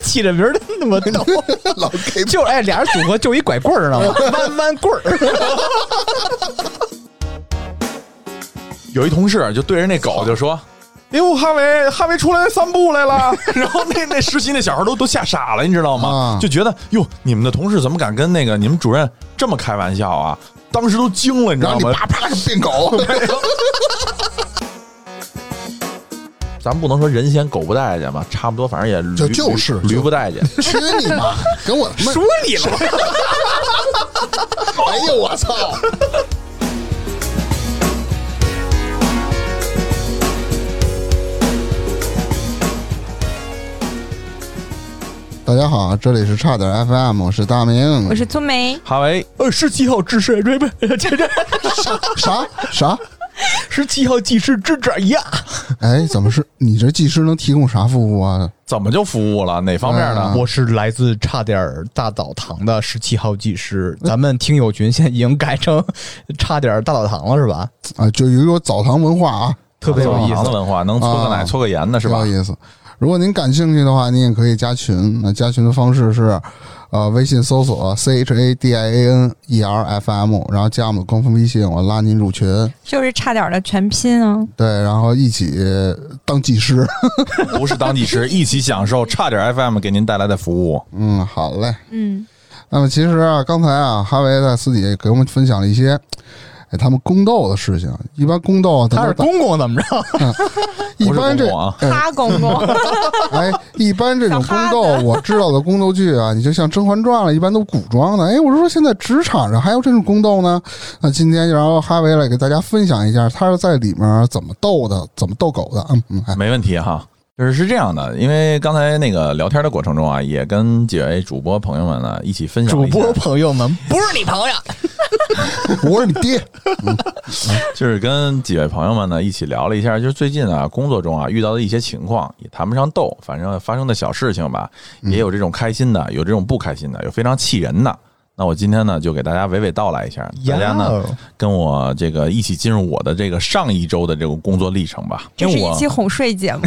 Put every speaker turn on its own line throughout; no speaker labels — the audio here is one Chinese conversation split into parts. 起这名儿真他妈 逗，
老 K
就是哎，俩人组合就一拐棍儿，知道吗？ 弯弯棍儿，
有一同事就对着那狗就说：“哟，哈维，哈维出来散步来了。” 然后那那实习那小孩都都吓傻了，你知道吗？
啊
就觉得哟，你们的同事怎么敢跟那个你们主任这么开玩笑啊？当时都惊了，你知
然
道
后你
吗？
啪啪就变狗，
咱不能说人嫌狗不待见吧，差不多，反正也驴
就就是
驴驴不待见。
去你妈！ 跟我他 妈
说你了。
哎呦我操！ 大家好，这里是差点 FM，我是大明，
嗯
我是聪梅，
哈维，
呃，十七号制式瑞贝，这这
啥啥？
十七号技师之爪呀，
哎，怎么是你这技师能提供啥服务啊？
怎么就服务了？哪方面呢？
啊
我是来自差点儿大澡堂的十七号技师，咱们听友群现在已经改成差点儿大澡堂了，是吧？
啊，就有一种澡堂文化啊，
特别有意
堂的
思。
文化，能搓个奶、
啊
搓个盐的是吧
挺？有意思。如果您感兴趣的话，您也可以加群。那加群的方式是，呃，微信搜索 C H A D I A N E R F M，然后加我们的官方微信，我拉您入群。
就是差点儿的全拼啊！
对，然后一起当技师。
不是当地吃，一起享受差点 FM 给您带来的 服务。
嗯，好嘞。
嗯，
那么其实啊，刚才啊，哈维在私底下给我们分享了一些，哎，他们宫斗的事情。一般宫斗啊，咱
他是
们
公公怎么着？
一
不是
般
公
这
公啊，
哎
哈公公，
哎，一般这种宫斗，我知道的宫斗剧啊，你就像《甄嬛传》了，一般都古装的。哎，我是说现在职场上还有这种宫斗呢。那今天就让哈维来给大家分享一下，他是在里面怎么斗的，怎么斗狗的。嗯嗯，哎
没问题哈。就是是这样的，因为刚才那个聊天的过程中啊，也跟几位主播朋友们呢一起分享
主
了一
播
下，
朋友们，不是你朋友，
我是你爹。
就是跟几位朋友们呢一起聊了一下，就是最近啊工作中啊遇到的一些情况，也谈不上斗，反正发生的小事情吧，
嗯
也有这种开心的，有这种不开心的，有非常气人的。那我今天呢就给大家娓娓道来一下，大家呢
呀
跟我这个一起进入我的这个上一周的这个工作历程吧，
这
因
是
为
一
我
期哄睡节 目，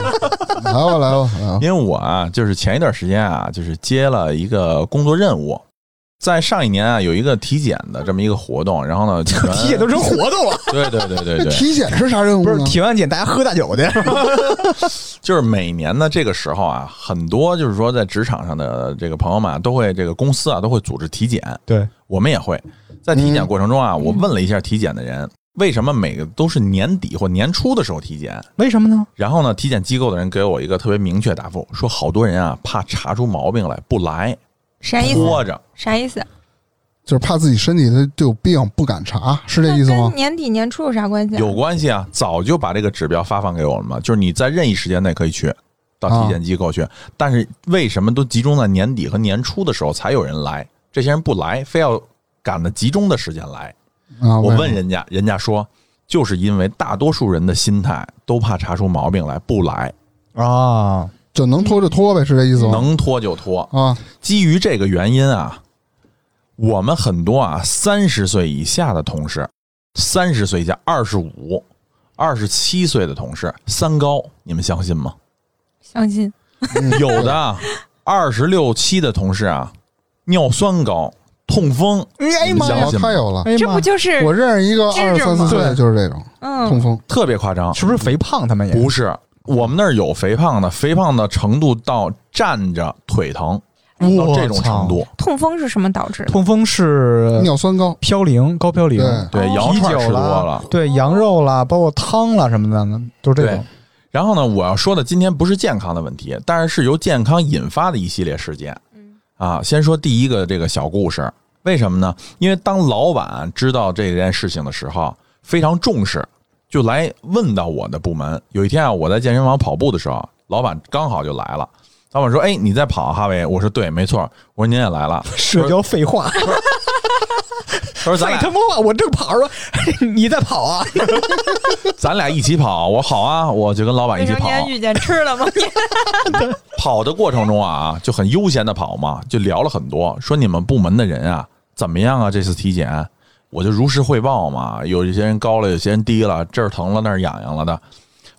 来吧，来吧，来吧。
因为我啊，就是前一段时间啊，就是接了一个工作任务，在上一年啊有一个体检的这么一个活动，然后呢，体
体检都成活动了，
对对对对
这
对，
体检是啥任务
不是
呢？
体完检大家喝大酒去，
就是每年的这个时候啊，很多就是说在职场上的这个朋友们啊都会这个公司啊都会组织体检，
对，
我们也会在体检过程中啊，我问了一下体检的人，为什么每个都是年底或年初的时候体检？
为什么呢？
然后呢，体检机构的人给我一个特别明确答复，说好多人啊怕查出毛病来不来，
啥意思？
拖着。
啥意思？啊
就是怕自己身体它就有病，不敢查，是这意思
那
吗
跟？年底年初有啥关系啊？
有关系啊，早就把这个指标发放给我们了，就是你在任意时间内可以去到
啊
体检机构去，但是为什么都集中在年底和年初的时候才有人来？这些人不来，非要赶在集中的时间来。
啊，
我
为
问人家，人家说就是因为大多数人的心态都怕查出毛病来，不来，
啊，
就能拖就拖呗，是这意思吗？
能拖就拖。
啊，
基于这个原因啊，我们很多啊三十岁以下的同事，三十岁以下二十五、二十七岁的同事三高，你们相信吗？
相亲
嗯
有的啊二十六七的同事啊，尿酸高、痛风，
哎呀妈
你
呀
想
我太有了。
哎呀
这
妈
不就是
我认识一个
知识
二十三
嘛
四岁
对
的就是这种痛
嗯，
风，
特别夸张。
是不是肥胖？他们也
不是，我们那儿有肥胖的，肥胖的程度到站着腿疼到
我
这种程度，
痛风是什么导致的？
痛风是
尿酸高。
嘌呤、高嘌呤，
对
对，
哦
羊
啤
串
酒
吃多
啦
了。，
对羊肉啦，包括汤啦什么的，都是这种。
然后呢，我要说的今天不是健康的问题，但是是由健康引发的一系列事件。
嗯
啊，先说第一个这个小故事，为什么呢？因为当老板知道这件事情的时候，非常重视，就来问到我的部门。有一天啊，我在健身房跑步的时候，老板刚好就来了。老板说：“哎，你在跑啊，哈维？”我说：“对，没错。”我说：“您也来了。
社交废话，
他说：“咱
废他
俩
妈话！我正跑着， 你在跑啊？
咱俩一起跑。”我说：“好啊！”我就跟老板
卫
一起
生
跑。
间遇见吃 了吗？
跑的过程中啊，就很悠闲的跑嘛，就聊了很多，说你们部门的人啊怎么样啊？这次体检，我就如实汇报嘛。有一些人高了，有些人低了，这儿疼了那儿痒痒了的，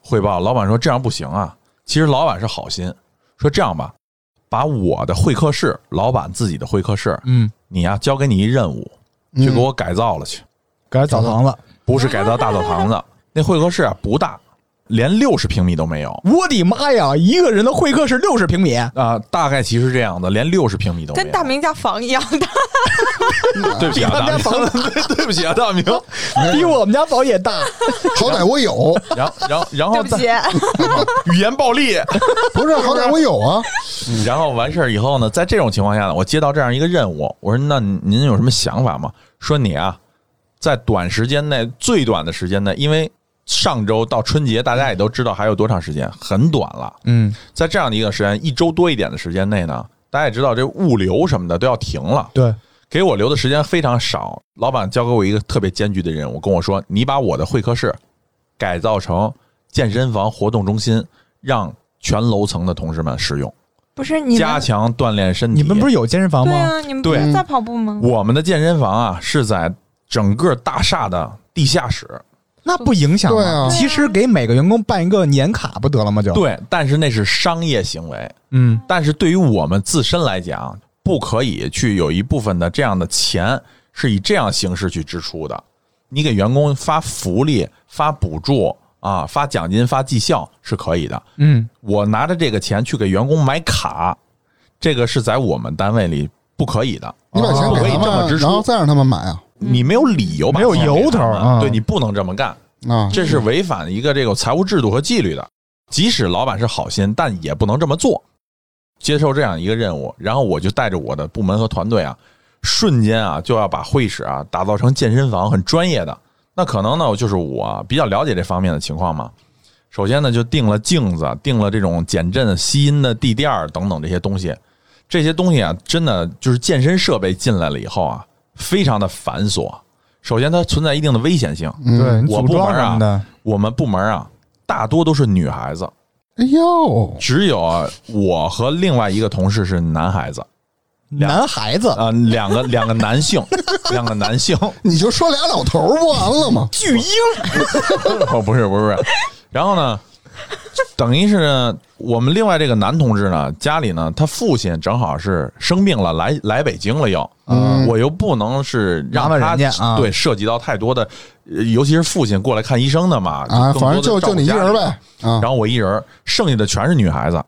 汇报。老板说这样不行啊。其实老板是好心，说这样吧，把我的会客室，老板自己的会客室，
嗯，
你呀、交给你一任务，去给我改造了去，
改成澡堂子。
不是改造大澡堂子，那会客室啊不大，连六十平米都没有
我的妈呀！一个人的会客室六十平米，
啊、大概其实这样的，连六十平米都没有。
跟大明家房一样大，
对不起啊，
比他们
大
家
明，
房
对不起啊，大明。
比我们家房也大。
好歹我有，
然后，然后，然
对
后
不起
再， 语言暴 力，嗯
不是好歹我有 啊，
然后完事儿以后呢，在这种情况下呢，我接到这样一个任务，我说那您有什么想法吗？说你啊，在短时间内，最短的时间内，因为上周到春节，大家也都知道还有多长时间，很短了。
嗯，
在这样的一个时间，一周多一点的时间内呢，大家也知道这物流什么的都要停了，
对，
给我留的时间非常少。老板交给我一个特别艰巨的任务，跟我说：“你把我的会客室改造成健身房活动中心，让全楼层的同事们使用，
不是你
加
们
强锻炼身体。”
你们不是有健身房
对
吗？
啊，你们不
对
是在
嗯
跑步吗？
我们的健身房啊，是在整个大厦的地下室。
那不影响
对啊
吗？其实给每个员工办一个年卡不得了吗？就，
对，但是那是商业行为。
嗯，
但是对于我们自身来讲，不可以去有一部分的这样的钱是以这样形式去支出的。你给员工发福利、发补助啊、发奖金、发绩效是可以的。
嗯，
我拿着这个钱去给员工买卡，这个是在我们单位里不可以的。
你把钱
不可
给
以
他
哦这么支
们，然后
出，
再让他们买啊
嗯
你嗯没有理由把
没有
钱给
由头
他们
啊
对你不能这么干。
啊，
这是违反一个这个财务制度和纪律的。即使老板是好心，但也不能这么做。接受这样一个任务，然后我就带着我的部门和团队啊，瞬间啊就要把会议室啊打造成健身房，很专业的。那可能呢，就是我啊比较了解这方面的情况嘛。首先呢，就定了镜子，啊定了这种减震、吸音的地垫儿等等这些东西。这些东西啊，真的就是健身设备进来了以后啊，非常的繁琐。首先，它存在一定的危险性，
嗯
对，你
我
组
部门
装什
啊
么的，
我们部门啊，大多都是女孩子，
哎呦，
只有啊我和另外一个同事是男孩子，
男孩子
啊、两个两个 男性，两个男性，
你就说俩老头儿不完了 吗？
巨婴，
哦，不是不是不是，然后呢，等于是呢我们另外这个男同志呢，家里呢，他父亲正好是生病了，来来北京了又，
嗯
我又不能是让
麻
他
烦人家啊
对涉及到太多的，呃尤其是父亲过来看医生的嘛，
啊，
更多
反正
地
就
照
就
顾
你一
家
人
里
呗啊
然。后我一人儿，剩下的全是女孩子。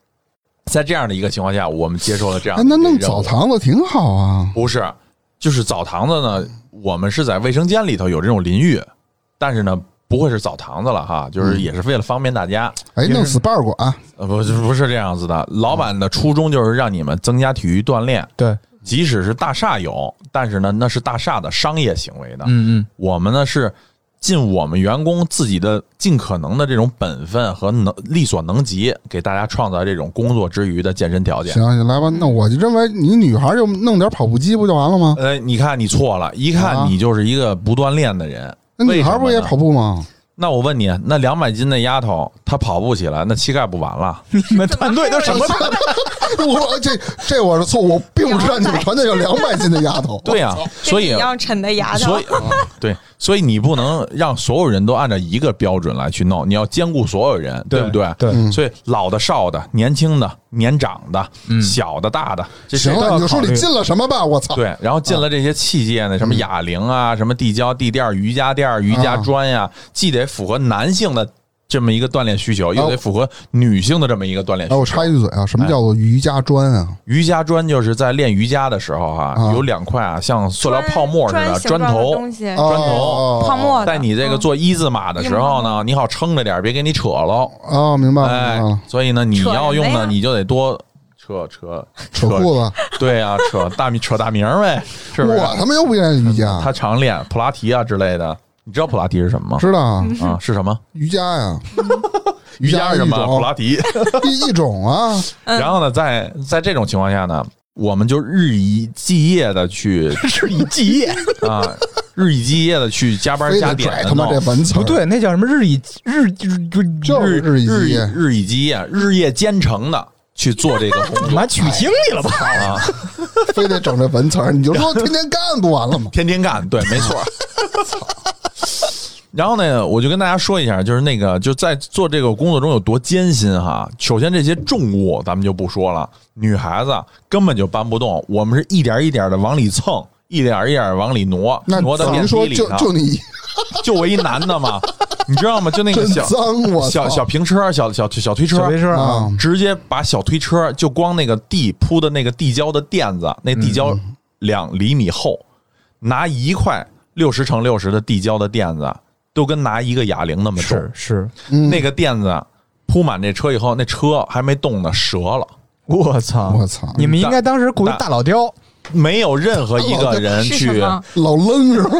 在这样的一个情况下，我们接受了这样
哎
的，
那
一个
弄
任
澡
务
堂子挺好啊，
不是，就是澡堂子呢，我们是在卫生间里头有这种淋浴，但是呢，不会是澡堂子了哈，
嗯
就是也是为了方便大家，
哎，弄 SPA 馆，
呃，不是不是这样子的。老板的初衷就是让你们增加体育锻炼，
对，
即使是大厦有，但是呢，那是大厦的商业行为的，
嗯嗯，
我们呢是尽我们员工自己的尽可能的这种本分和能力所能及，给大家创造这种工作之余的健身条件
行。行，来吧，那我就认为你女孩就弄点跑步机不就完了吗？
呃，你看你错了，一看
啊
你就是一个不锻炼的人。
那女
为什
孩
么
不也
呢
跑步 吗？
那我问你，那两百斤的丫头，她跑步起来，那膝盖不完了？
你们团队都什 么？
我这这我是错，我并不知道你们团队有两百斤的丫头。
对呀、啊所以
跟你一样沉的牙的，
所以嗯对，所以你不能让所有人都按照一个标准来去弄，你要兼顾所有人，对不对？
对
嗯
所以老的、少的、年轻的、年长的、小的、大的，这
行
谁
了，
都要
你就说
考虑
你进了什么吧，我操！
对，然后进了这些器械呢，什么
嗯
哑铃啊，什么地胶、地垫、瑜伽垫、瑜
啊
伽砖呀、既得符合男性的这么一个锻炼需求，
哦
又得符合女性的这么一个锻炼需
哎，
求。
我插一句嘴啊，什么叫做瑜伽砖啊？
瑜伽砖就是在练瑜伽的时候哈、
啊
有两块啊，像塑料
砖
泡沫似的
形状
砖
的
头
东。西，
哦
砖头
哦
泡沫的
在你这个做一字马的时候呢，
嗯
你好撑着点，别给你扯喽。
哦，明白了，
哎
明白了，，
所以呢，你
扯
要用
什么
呢，
呀
你就得多扯扯
扯裤子，
对啊，扯大名扯大名 儿呗，是不是？
我他妈又不练瑜伽，
他常练普拉提啊之类的。你知道普拉提是什么吗？
知道啊？
啊，是什么？
瑜伽呀，
瑜伽是什么？
一
普
种
拉提。
一一种 啊，
嗯
然后呢，在在这种情况下呢，我们就日以继夜的 去
是以继夜，
啊，日以继夜的去加班
非
加
得
点
拽
的
他妈这
弄。
文词儿
不，对，那叫什么日以日日
就是日以继
日以
夜。
日以继夜，日夜兼程的去做这个工
你
作
妈取经去了吧？
啊，
非得整这 文词儿，你就说天天干不完了吗？
天天干，对，没错。 然后呢，我就跟大家说一下，就是那个就在做这个工作中有多艰辛哈。首先这些重物咱们就不说了，女孩子根本就搬不动，我们是一点一点的往里蹭，一点一点往里挪，
那
挪到
咱
电梯
说
里
就
头。
就你
就我一男的嘛，你知道吗？就那个
真
小
脏，我
小
操
小平车、小小小推车嗯
小，推车啊
啊，
直接把小推车就光那个地铺的那个地胶的垫子，那地
嗯
胶两厘米厚，拿一块六十乘六十的地胶的垫子，都跟拿一个哑铃那么重
是。是，
嗯
那个垫子铺满这车以后，那车还没动呢，折了。
我操，
我操
你们应该当时雇一
大
大老雕，
没有任何
哦
一个人
是什
去，
么？
老愣是吧？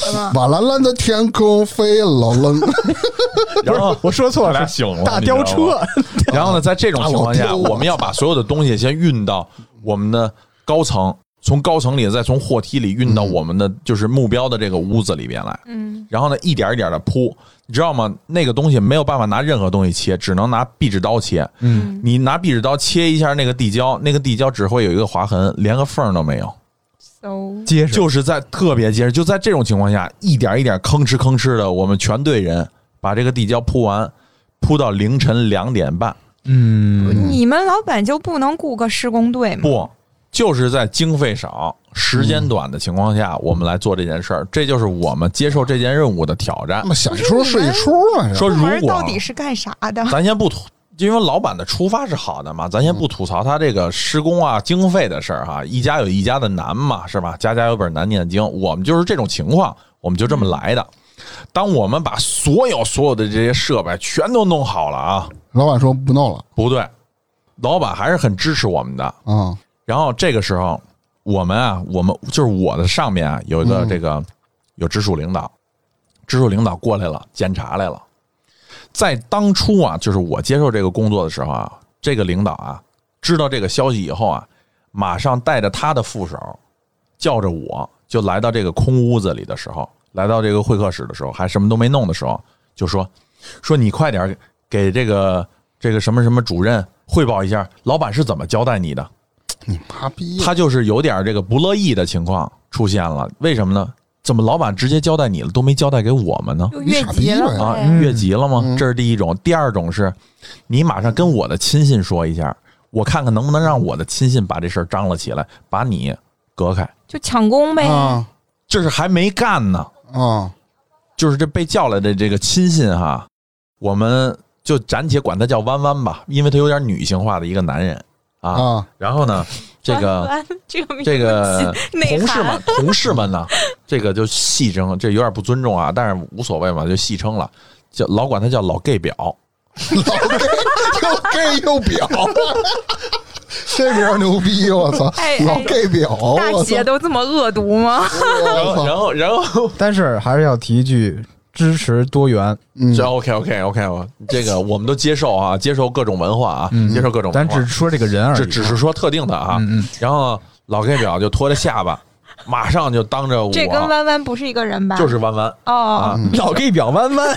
什么？
瓦蓝蓝的天空飞老愣，
然后
哦我说错
他俩
了，
醒了
大吊
你知道
车
吗，然后呢，在这
啊
种情况
大
下，
老彪
我们要把所有的东西先运到我们的高层，从高层里再从货梯里运到
嗯
我们的就是目标的这个屋子里边来。
嗯，
然后呢，一点一点的铺，你知道吗？那个东西没有办法拿任何东西切，只能拿壁纸刀切。
嗯，
你拿壁纸刀切一下那个地胶，那个地胶只会有一个划痕，连个缝儿都没有，
so
结实，
就是在特别结实。就在这种情况下，一点一点吭哧吭哧的，我们全队人把这个地胶铺完，铺到凌晨两点半。
嗯，
你们老板就不能雇个施工队吗？
不，就是在经费少、时间短的情况下，我们来做这件事儿，这就是我们接受这件任务的挑战
那。么想一出是一出嘛？这
说
部
如
门
果
到底是干啥的？
咱先不吐，因为老板的出发是好的嘛，咱先不吐槽他这个施工啊、经费的事儿哈，一家有一家的难嘛，是吧？家家有本难念的经，我们就是这种情况，我们就这么来的。当我们把所有所有的这些设备全都弄好了啊，
老板说不弄了
不对，老板还是很支持我们的，
啊，
然后这个时候，我们啊，我们就是我的上面啊，有一个这个、有直属领导，直属领导过来了，检查来了。在当初啊，就是我接受这个工作的时候啊，这个领导啊，知道这个消息以后啊，马上带着他的副手，叫着我就来到这个空屋子里的时候，来到这个会客室的时候，还什么都没弄的时候，就说说你快点儿给这个这个什么什么主任汇报一下，老板是怎么交代你的。
你妈逼！
他就是有点这个不乐意的情况出现了。为什么呢？怎么老板直接交代你了，都没交代给我们呢？
就
你
越
傻逼
级了哎
呗
啊，
呗
越级了吗
嗯？
这是第一种。第二种是，你马上跟我的亲信说一下，我看看能不能让我的亲信把这事儿张罗起来，把你隔开。
就抢功呗。
啊
这是还没干呢，
啊，
就是这被叫来的这个亲信哈，我们就暂且管他叫弯弯吧，因为他有点女性化的一个男人啊。
啊，
然后呢，这个
弯弯这个名字
这个
内
同事
涵
们，同事们呢，这个就戏称，这有点不尊重啊，但是无所谓嘛，就戏称了，叫老管他叫老 gay 表，
又 gay 又表，这名儿牛逼！我操
哎，哎
老 gay 表，
大
我操
姐！都这么恶毒吗？
然后
我操
然后然后，
但是还是要提一句，支持多元，
嗯
这 OK OK OK，这个我们都接受啊，接受各种文化啊，接受各种
嗯咱
文
只
化，
说这个人而
这
已。
只是说特定的啊
嗯嗯，
然后老 gay 表就拖着下巴，马上就当着我，
这跟弯弯不是一个人吧？
就是弯弯
哦
啊，，
老 gay 表弯 弯，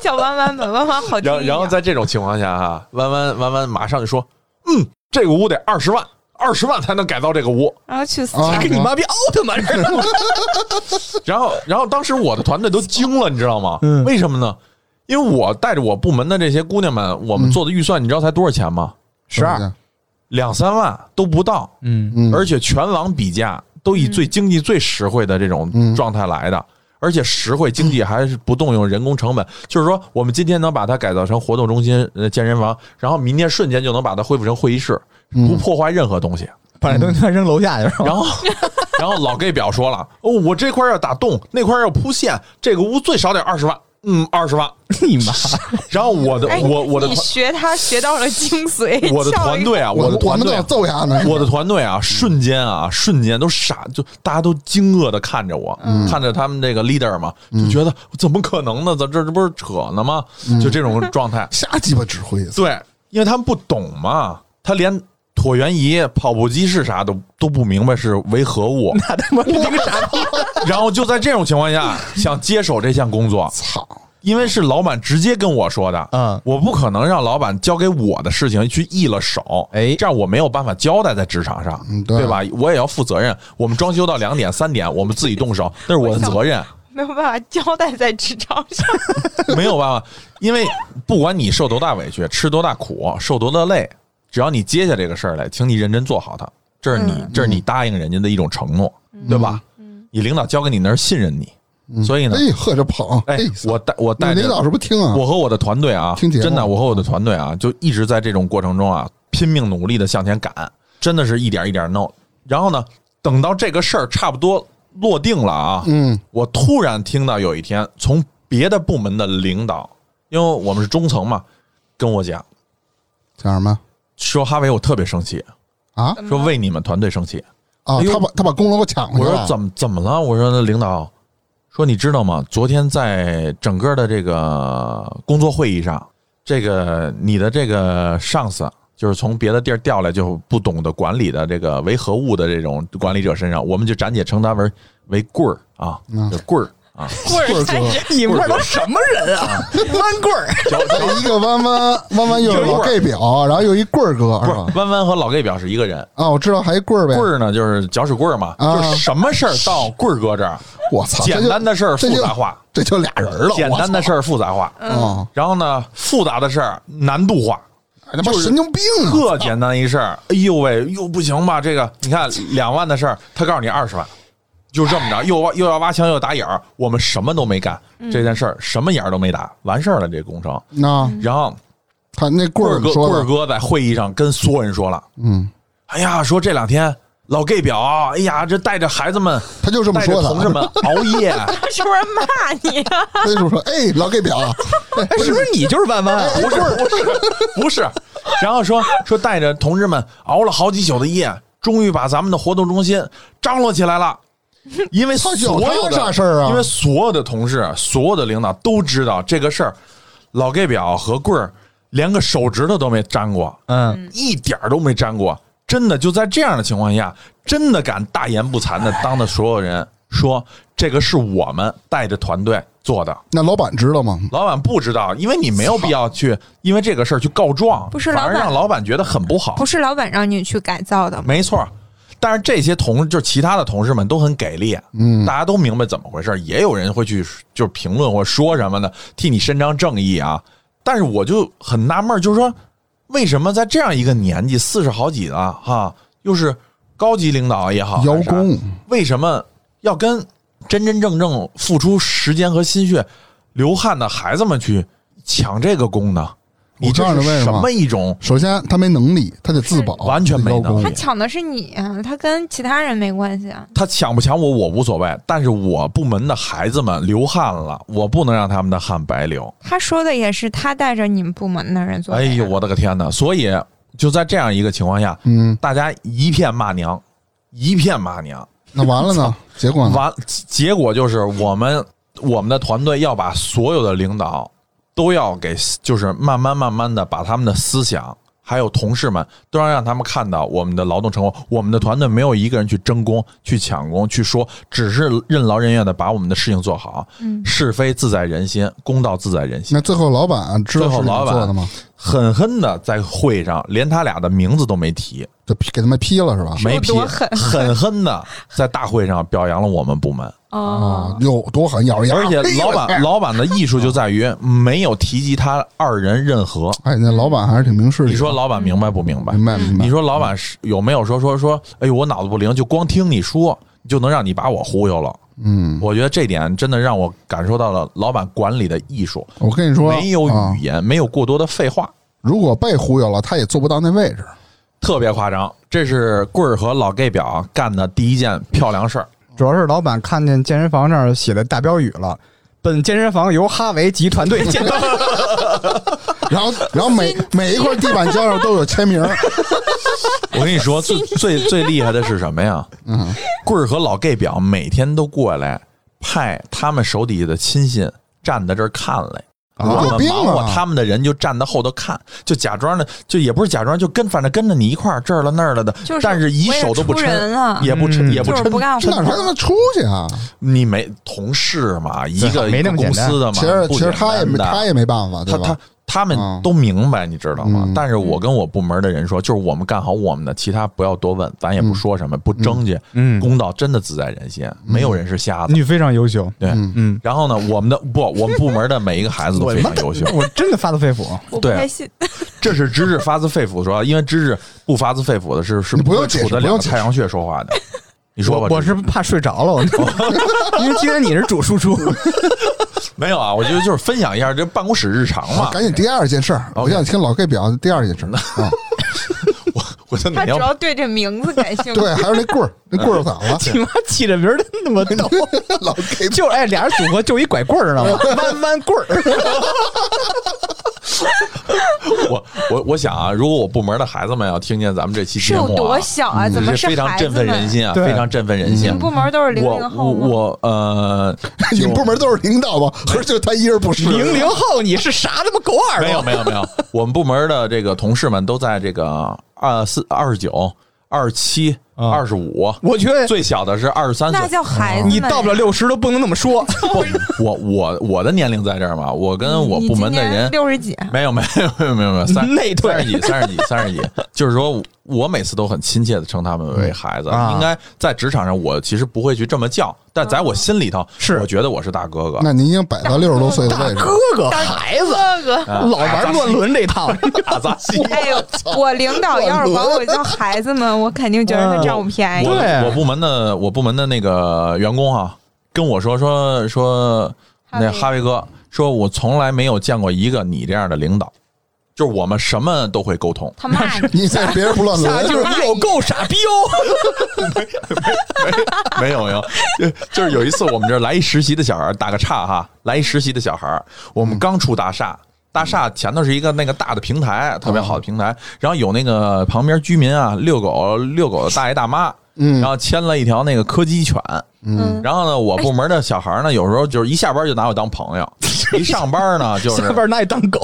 叫弯弯吧，弯弯好听
然后
一点。
然后在这种情况下哈、弯弯弯弯马上就说，嗯，这个屋得二十万，二十万才能改造这个屋。
然后去死！
啊
跟你妈逼奥特曼似的。
然后，然后当时我的团队都惊了，你知道吗？
嗯
为什么呢？因为我带着我部门的这些姑娘们，我们做的预算，你知道才多少钱吗？
十
啊
二，，
两三万都不到，
嗯，
嗯，
而且全网比价都以最经济、最实惠的这种
嗯
状态来的，而且实惠经济还是不动用人工成本，就是说我们今天能把它改造成活动中心、呃健身房，然后明天瞬间就能把它恢复成会议室，不破坏任何东西。
把这东西扔楼下去是吧？
然后，然后老 gay 表说了：“哦，我这块要打洞，那块要铺线，这个屋最少得二十万，嗯，二十万。
你 妈，”
然后我 的
哎，
我我的
你学他学到了精髓，
团 我的
笑一
团队啊，
我
的
我
团
们
队
得
啊，
揍他呢，
我的团队啊，瞬间啊，瞬间都傻，就大家都惊愕的看着我，
嗯
看着他们这个 leader 嘛，
嗯
就觉得怎么可能呢？咱这这不是扯呢吗？
嗯
就这种状态，
瞎鸡巴指挥，
对，因为他们不懂嘛，他连椭圆仪、跑步机是啥都都不明白是为何物。
那他妈是一个傻逼！
然后就在这种情况下，想接手这项工作，
操！
因为是老板直接跟我说的，
嗯
我不可能让老板交给我的事情去易了手，
哎
这样我没有办法交代在职场上，
嗯对
对吧？我也要负责任。我们装修到两点、三点，我们自己动手，那是我的责任。
没有办法交代在职场上。
没有办法，因为不管你受多大委屈、吃多大苦、受多大累，只要你接下这个事儿来，请你认真做好它。这是你，这是你答应人家的一种承诺，对吧？你领导交给你那是信任你，所以呢，
哎，喝着捧，
哎，我带我带
你
着
领导是不是听啊？
我和我的团队啊，
听节目
真的，我和我的团队啊，就一直在这种过程中啊，拼命努力的向前赶，真的是一点一点弄。然后呢，等到这个事儿差不多落定了啊，
嗯，
我突然听到有一天从别的部门的领导，因为我们是中层嘛，跟我讲
讲什么
说哈维，我特别生气，
啊？
说为你们团队生气。
啊
哎，呦
他把他把功劳给我抢
我
回去
说
了。
怎么怎么了？我说那领导说你知道吗？昨天在整个的这个工作会议上，这个你的这个上司就是从别的地儿调来就不懂得管理的这个维和物的这种管理者身上，我们就暂且称他为为棍儿啊，
嗯
就棍儿啊，
棍儿
才
哥
是
你们这都什么人啊？弯棍儿，
小
哎一个弯弯弯弯又是老 gay 表，然后又一棍儿哥是吧
不？是弯弯和老 gay 表示一个人。
啊，我知道还一棍儿呗。
棍儿呢，就是搅屎棍儿嘛，
啊
就是什么事儿到棍儿哥这儿，
我操，
简单的事儿复杂化，
这就这就俩人了。
简单的事儿复杂化，
嗯
儿啊，
然后呢，复杂的事儿难度化，
哎他妈
就是
神经病
嗯
啊！
特简单一事儿，哎呦喂，又不行吧？这个你看两万的事儿，他告诉你二十万，就这么着，又挖又要挖墙又打眼儿，我们什么都没干，
嗯
这件事儿什么眼儿都没打，完事儿了这工程。
那
嗯
然后
啊他那棍
棍
儿
儿
怎么
哥
说
棍儿
的，
哥在会议上跟所有人说了，
嗯，
哎呀，说这两天老 gay 表，哎呀，这带着孩子们，
他就这么
带着
说的
同志
啊。
们熬 夜，
是不是骂你啊？
他就说：“哎，老 gay 表啊，
哎是不是你就是弯弯啊？
哎
不是不是不是，然后说说带着同志们熬了好几宿的夜，终于把咱们的活动中心张罗起来了。因为
他
所
有
有
他
的
啥事儿啊？
因为所有的同事、所有的领导都知道这个事儿，老 gay 表和棍儿连个手指头都没沾过，
嗯，
一点儿都没沾过。真的就在这样的情况下，真的敢大言不惭的当着所有人说这个是我们带着团队做的。
那老板知道吗？
老板不知道，因为你没有必要去因为这个事儿去告状，
不是
反而
老板
让老板觉得很不好。
不是老板让你去改造的吗？
没错儿，但是这些同就是其他的同事们都很给力，嗯，大家都明白怎么回事儿，也有人会去就是评论或说什么的，替你伸张正义啊。但是我就很纳闷儿，就是说为什么在这样一个年纪，四十好几了哈，又是高级领导也好，
邀
还是啥
功，
为什么要跟真真正正付出时间和心血、流汗的孩子们去抢这个功呢？你
我
这
告诉你
是
为什
什
么
么一种？
首先他没能力，他得自保，
完全没
他得邀功
能
他
力
抢的是你啊，他跟其他人没关系啊。
他抢不抢我我无所谓，但是我部门的孩子们流汗了，我不能让他们的汗白流。
他说的也是他带着你们部门的人做的
哎
呀。
呦，我的个天哪！所以就在这样一个情况下，
嗯，
大家一片骂娘，一片骂娘，
那完了 呢？结
嗯
果呢？
完结果就是我们我们的团队要把所有的领导都要给，就是慢慢慢慢的把他们的思想。还有同事们都要让他们看到我们的劳动成果，我们的团队没有一个人去争功、去抢功、去说，只是任劳任怨的把我们的事情做好。
嗯，
是非自在人心，公道自在人心。
那最后老板知道是你们做的吗？
狠狠的在会上，连他俩的名字都没提，
就批给他们批了是吧？
没批，
多狠
狠狠的在大会上表扬了我们部门。
啊
哦，，
有多狠，咬着牙。
而且
哎呦
老
我天
板老板的艺术就在于没有提及他二人任何。
哎，那老板还是挺明事理的。
你说老板明白不明白？
明白明白？
你说老板是有没有说说说？哎呦，我脑子不灵，就光听你说就能让你把我忽悠了。
嗯，
我觉得这点真的让我感受到了老板管理的艺术，
我跟你说，
没有
啊
语言，没有过多的废话。
如果被忽悠了，他也坐不到那位置。
特别夸张。这是棍儿和老 gay 表啊干的第一件漂亮事儿。
主要是老板看见健身房那儿写的大标语了。本健身房由哈维及团队建造。
然 后，然后每每一块地板胶上都有签名。
我跟你说，最最最厉害的是什么呀？
嗯，
棍儿和老 gay 表每天都过来派他们手底下的亲信站在这儿看
啊
来。我们忙
有病
活，
啊
他们的人就站在后头看，就假装的，就也不是假装，就跟反正跟着你一块儿这儿了那儿了的，
就是
但是一
我也
手都不
出
抻
人了，
也不抻，
嗯
也不
就是
抻，
不干
这哪
活。
还他妈出去啊？
你没同事嘛，一个
没那么
公
简单
司的嘛，
其实
不
其实
简
他也没
单的
他也没办法，对
他
吧
他？他们
嗯
都明白，你知道吗？
嗯
但是我跟我部门的人说，就是我们干好我们的，其他不要多问，咱也
嗯
不说什么，不争去，
嗯
公道真的自在人心，没
嗯
有人是瞎子。
你非常优秀，
对，
嗯，
然后呢，我们的不，我们部门的每一个孩子都
我
非
他
常
妈
优秀，
我真的发自肺腑。
我不
对
太信。
这是芝芝发自肺腑说，因为芝芝不发自肺腑的是是
你不用
会
解释
杵得
不用
了
解释
太阳穴说话的。你说吧，
我我
芝芝
是怕睡着了，我 因为今天你是主输出，
没有啊？我觉得就是分享一下这办公室日常
好
嘛。
啊赶紧第二件事儿，我
OK
想听老 K 表第二件事儿啊。
我说你
他只
要
要对这名字感兴趣，
对，还有那棍儿，那棍儿咋了？
你妈起这名儿真他妈 逗，
老 K
就是哎，俩人组合就一拐棍儿，知道 吗？弯弯棍儿，
我我我想啊，如果我部门的孩子们要听见咱们这期
是
节
有
目啊
多，小啊？怎
这
么
是非常
孩子
振奋人
们？
心啊，
对
非常振奋人心
你们。部门都是零
我
零
我
后吗？
我呃，
你们部门都是领导 吧？可是就他一人不是。
零零后你是啥他妈狗耳
没
朵？
有没有没有，我们部门的这个同事们都在这个二四二十九、二十七、
啊
二十五，
我觉得
最小的是二十三岁
那。叫孩子们
你
呀，
到不了六十都不能那么 说，
不，我我我的年龄在这儿嘛，我跟我
你
部门的
今年
人
六十几，啊
没有没有没有没有没有三
内退
三十几三十几三十几，就是说我每次都很亲切的称他们为孩子，
嗯啊
应该在职场上我其实不会去这么叫，但在我心里头，
是
我觉得我是大哥哥，
那您已经摆到六十多岁的
大
位置
哥哥
了，
孩子
哥哥，
啊
老玩乱伦这 套，
打杂 戏。
哎呦，我领导要是管我叫孩子们，我肯定觉得他占我便宜。
对
嗯我我部门的我部门的那个员工啊，跟我说说说
哈维
那哈维哥说，我从来没有见过一个你这样的领导，就是我们什么都会沟通。
他骂 你，
你在别人不乱
下
伦，
就是你有够傻逼哦！
没有没有，就就是有一次我们这儿来一实习的小孩儿，打个岔哈，来一实习的小孩儿，我们刚出大厦。大厦前头是一个那个大的平台，特别好的平台，然后有那个旁边居民啊，遛狗遛狗的大爷大妈，
嗯
然后牵了一条那个柯基犬，
嗯，
然后呢，我部门的小孩呢，有时候就是一下班就拿我当朋友，一上班呢就是
下边拿你当 狗，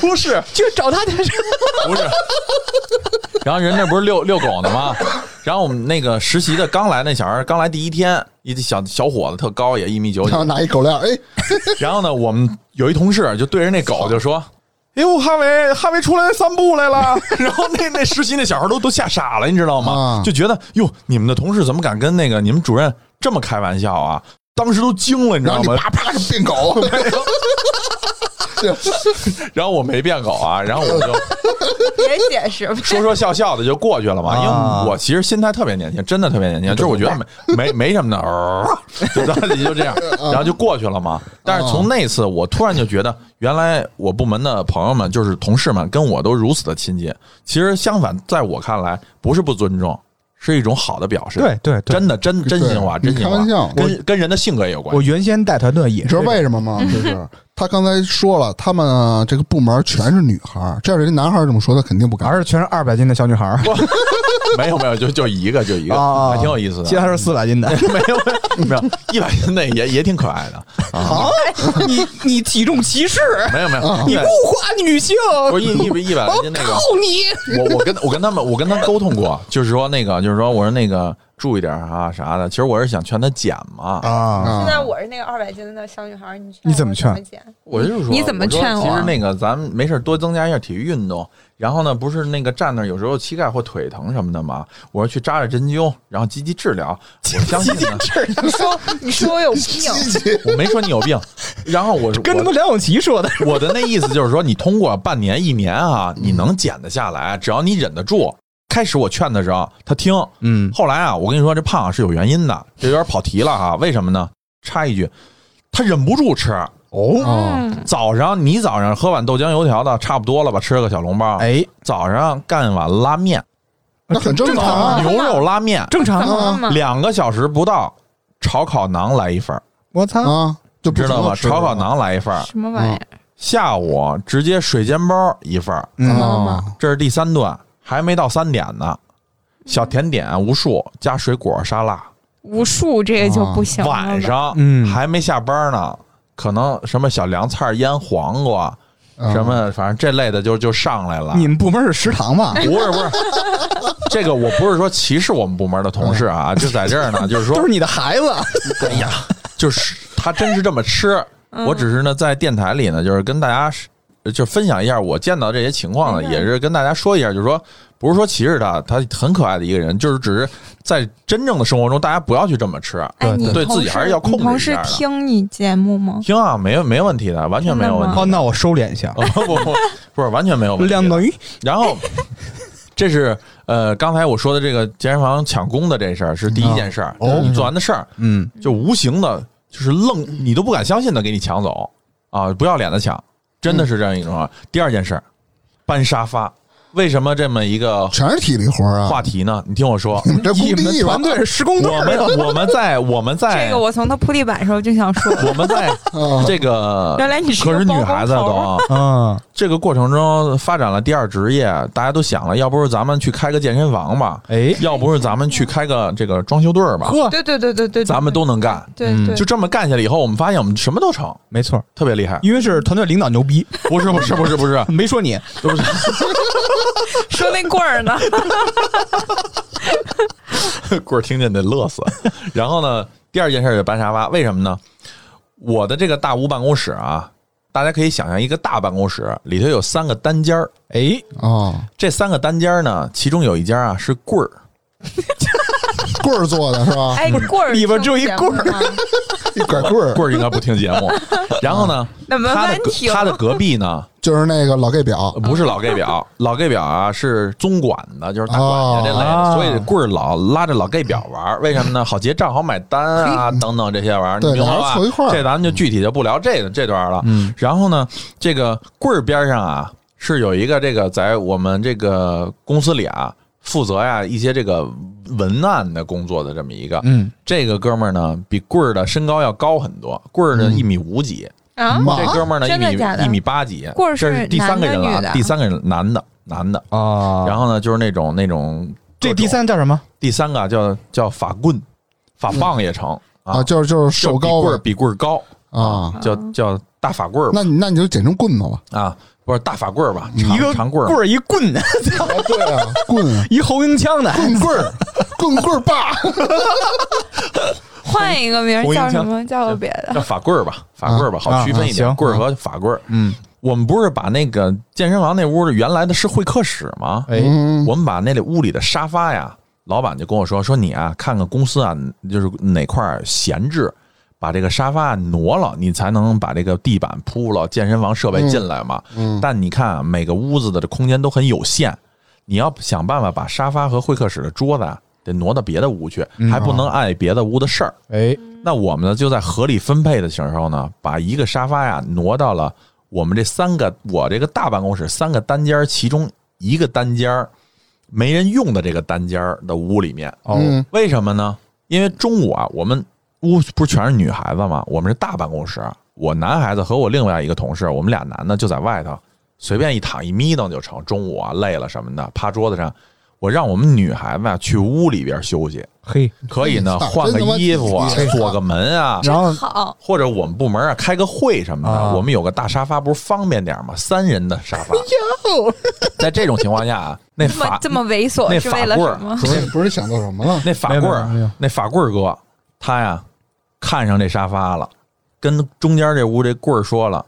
不是
就找他去。
不是， 然后人那不是遛遛狗呢吗？然后我们那个实习的刚来那小孩，刚来第一天，一小小伙子特高，也一米九
然后
几。
拿一狗链儿，哎，
然后呢，我们有一同事就对着那狗就说：“哎呦，哈维，哈维出来散步来了。” 然后那那实习那小孩都都吓傻了，你知道吗？
啊
就觉得哟，你们的同事怎么敢跟那个你们主任这么开玩笑啊？当时都惊了，你知
然后
道
你
吗？
啪啪就变狗，
然后我没变狗啊，然后我就
别解释，
说说笑笑的就过去了
啊
嘛，因为我其实心态特别年轻，真的特别年轻，就是我觉得没没 没什么的，哦就当时就这样，然后就过去了嘛。但是从那次，我突然就觉得，原来我部门的朋友们，就是同事们，跟我都如此的亲近。其实相反，在我看来，不是不尊重，是一种好的表示。
对对对
真的真真心话，
对
真心话，
你开玩笑
跟跟人的性格也有关
我
系。
原先带团队也是
你知
这
道
种，
为什么吗？就是他刚才说了，他们啊这个部门全是女孩儿，这要是人家男孩儿这么说，他肯定不敢。
而是全是二百斤的小女孩儿，
没有没有，就就一个就一个，
啊
还挺有意思的。
其 他是四百 斤的。
没有没有没有，一百斤内也也挺可爱的。
啊，你你体重歧视，
没有没有，
你
对
物化女性，
不是一一百一百来
我
斤那个
靠，你！
我我跟我跟他们我跟他沟通过，就是说那个就是说我说那个注意点啊啥的，其实我是想劝他减嘛，
啊，
现在
啊，
我是那个二百斤的小女孩，你劝
你
我
怎么
么
劝
减？
我就是说
你怎么
我说
劝我啊
其实那个咱们没事多增加一下体育运动，然后呢不是那个站那儿有时候膝盖或腿疼什么的嘛，我说去扎扎针灸，然后积极治疗，我 相信呢，
你说你说我有病，
哎
我没说你有病，然后我
跟他妈
我
梁咏琪说的，
我的那意思就是说，你通过半年一年啊，你能减得下来，只要你忍得住。开始我劝的时候，他听，
嗯，
后来啊，我跟你说，这胖是有原因的，这有点跑题了啊。为什么呢？插一句，他忍不住吃。
哦，
哦，
嗯，
早上你早上喝碗豆浆油条的差不多了吧？吃了个小笼包。，
哎，
早上干碗拉面，
那很正常
啊
牛肉拉面，
正常啊，
怎么
嗯
了嘛？
两个小时不到，炒烤馕来一份儿，
我操，
啊，就不
知道
行
吧？
了吃
炒烤馕来一份儿，
什么玩意儿？
下午直接水煎包一份儿，
嗯
啊，
这是第三顿，还没到三点呢。小甜点啊无数，加水果沙拉。
无数这个就不行了吧。
啊晚上
嗯
还没下班呢，可能什么小凉菜、腌黄瓜，
啊
什么反正这类的就就上来了。
你们部门是食堂吧？
不是不 是，这个我不是说歧视我们部门的同事
嗯
啊，就在这儿呢，就是说
都是你的孩子，
哎呀，就是他真是这么吃。
嗯
我只是呢在电台里呢，就是跟大家是就分享一下我见到这些情况呢，
嗯
也是跟大家说一下，就是说不是说歧视他，他很可爱的一个人，就是只是在真正的生活中，大家不要去这么吃。
哎，
对
你
对自己
同
还是
事
要控
你
制一
同事
下的
听你节目吗？
听啊，没有没问题的，完全没有问题。
哦，那我收敛一 下，
不不不，哦不是完全没有问题的。
两等于
然后，这是呃，刚才我说的这个健身房抢功的这事儿是第一件事儿，
哦
你做完的事儿，
嗯，
就无形的，就是愣你都不敢相信的给你抢走啊，不要脸的抢，真的是这样一种啊。第二件事儿，搬沙发，为什么这么一个
全是体力活儿啊！
话题呢？你听我说，
你们这啊工
你们
地吧
团，队是施工队
我
儿
们我们在我们在
这个我从他铺地板的时候就想 说，
我们在
啊
这个
原来你是
可
个
是女
包工
孩子都
头
啊，
啊，
这个过程中发展了第二职业，大家都想了，要不是咱们去开个健身房吧，
哎，
要不是咱们去开个这个装修队儿吧，
呵，
对对对对对对，
咱们都能干。
对
嗯
对，
就这么干下来以后，我们发现我们什么都成，
没错，
特别厉害。
因为是团队领导牛逼，
不是不是不是不是，
没说你，
不是
说那棍儿 呢，
棍儿听见得乐死。 然后呢，第二件事儿就搬沙发，为什么呢？我的这个大屋办公室啊，大家可以想象一个大办公室里头有三个单间儿，
哎，
啊，
这三个单间儿呢，其中有一间儿啊是棍儿，
棍儿做的是吧？
哎，棍儿
里边只有一棍儿
听 节目吗，啊
一拐棍儿
棍儿应该不听节 目。然后呢，
那没
他的
问
隔
题。
他的隔壁呢
就是那个老 gay 表，
不是老 gay 表， 老 gay 表啊是宗管的，就是大管家这类的，
哦
所以棍儿老拉着老 gay 表玩儿，为什么呢？好结账，好买单啊，等等这些玩意儿，你
对
明白
俩
吧
人凑一块？儿
这咱们就具体就不聊这个这段了。
嗯，
然后呢，这个棍儿边上啊是有一个这个在我们这个公司里啊负责呀、一些这个文案的工作的这么一个，
嗯，
这个哥们儿呢比棍儿的身高要高很多，棍儿呢
嗯
一米五几，
啊，
妈
这哥们儿呢一
真的假
米
的
一米八几，
棍儿
这是
是
第三个人
男的
了啊
女，的
第三个人男的男的。
啊，
然后呢，就是那种那种
这
各种
第三叫什么？
第三个啊叫叫法棍，法棒也成
嗯
啊，就是就是
就
手高
比棍儿
呗
比棍儿高
啊。
叫叫大法棍儿吧
那你那你就简称棍子吧，
啊，不是大法棍儿吧，
一个
长长棍儿
棍
嘛。
儿一棍，
啊对啊， 棍啊
一猴缨枪的，
棍棍儿，棍棍儿爸，
换一个名
红
儿
缨
叫
枪
什么？叫别的
叫。法棍儿吧，法棍儿吧，好区分一
啊
点，
行
棍儿和法棍儿。
嗯，
我们不是把那个健身房那屋儿原来的是会客室吗？
哎，
嗯，
我们把那里屋里的沙发呀，老板就跟我说说你啊，看看公司啊，就是哪块儿闲置，把这个沙发挪了，你才能把这个地板铺了，健身房设备进来嘛。
嗯
但你看啊每个屋子的空间都很有限，你要想办法把沙发和会客室的桌子啊，得挪到别的屋去，
嗯
还不能碍别的屋的事儿。
哎，
那我们呢，就在合理分配的时候呢，把一个沙发呀挪到了我们这三个我这个大办公室三个单间儿，其中一个单间儿没人用的这个单间儿的屋里面。
哦，
嗯
为什么呢？因为中午啊，我们屋不是全是女孩子嘛，我们是大办公室，啊我男孩子和我另外一个同事，我们俩男的就在外头随便一躺一眯瞪就成。中午啊累了什么的，趴桌子上，我让我们女孩子啊去屋里边休息。
嘿，
可以呢，
哎呀
换个
真他妈
衣服啊
体贴，
锁个门啊，
然后
好，
或者我们部门啊开个会什么
啊
的，我们有个大沙发，不是方便点吗？三人的沙 发，在这种情况下啊，那
这么
法
这么猥
那
琐是
法
为了
棍儿
什么？
不是不是想到什么了，
那法棍
没有没有没有
儿，那法棍儿哥，他呀看上这沙发了，跟中间这屋这棍儿说了。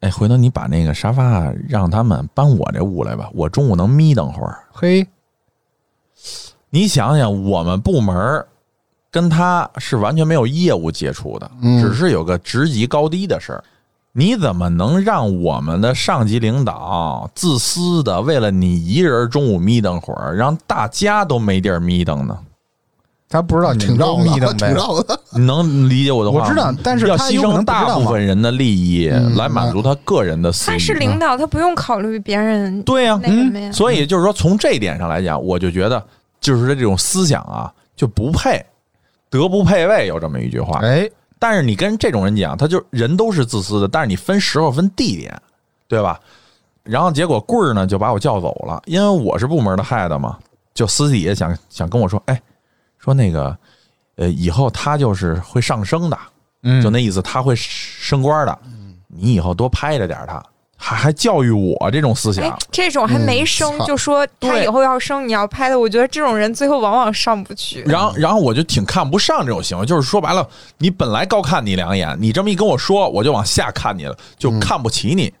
哎，回头你把那个沙发啊让他们搬我这屋来吧，我中午能眯瞪会儿。
嘿，
你想想，我们部门儿跟他是完全没有业务接触的，
嗯
只是有个职级高低的事儿。你怎么能让我们的上级领导自私的为了你一人中午眯瞪会儿，让大家都没地儿眯瞪呢？
他不知道你
啊挺
们
绕
都密
的，
的
挺
呗，
绕的，
你能理解我的话吗？
我知道但是
要
他
牺
有可能
牲
不知道
大部分人的利益
嗯
来满足他个人的私欲。
他是领导，他不用考虑别人
啊对啊嗯呀、
那什
嗯
么呀。
所以就是说，从这一点上来讲，我就觉得就是这种思想啊，就不配德不配位，有这么一句话。
哎，
但是你跟这种人讲，他就人都是自私的，但是你分时候分地点，对吧？然后结果棍儿呢就把我叫走了，因为我是部门的害的嘛，就私底下想想跟我说，哎，说那个，呃，以后他就是会上升的，
嗯
就那意思，他会升官的，你以后多拍着点儿他。还还教育我这种思
哎
想，，
这种还没生
嗯操
就说他
对
以后要生你要拍的，我觉得这种人最后往往上不去。
然后然后我就挺看不上这种行为，就是说白了，你本来高看你两眼，你这么一跟我说，我就往下看你了，就看不起你。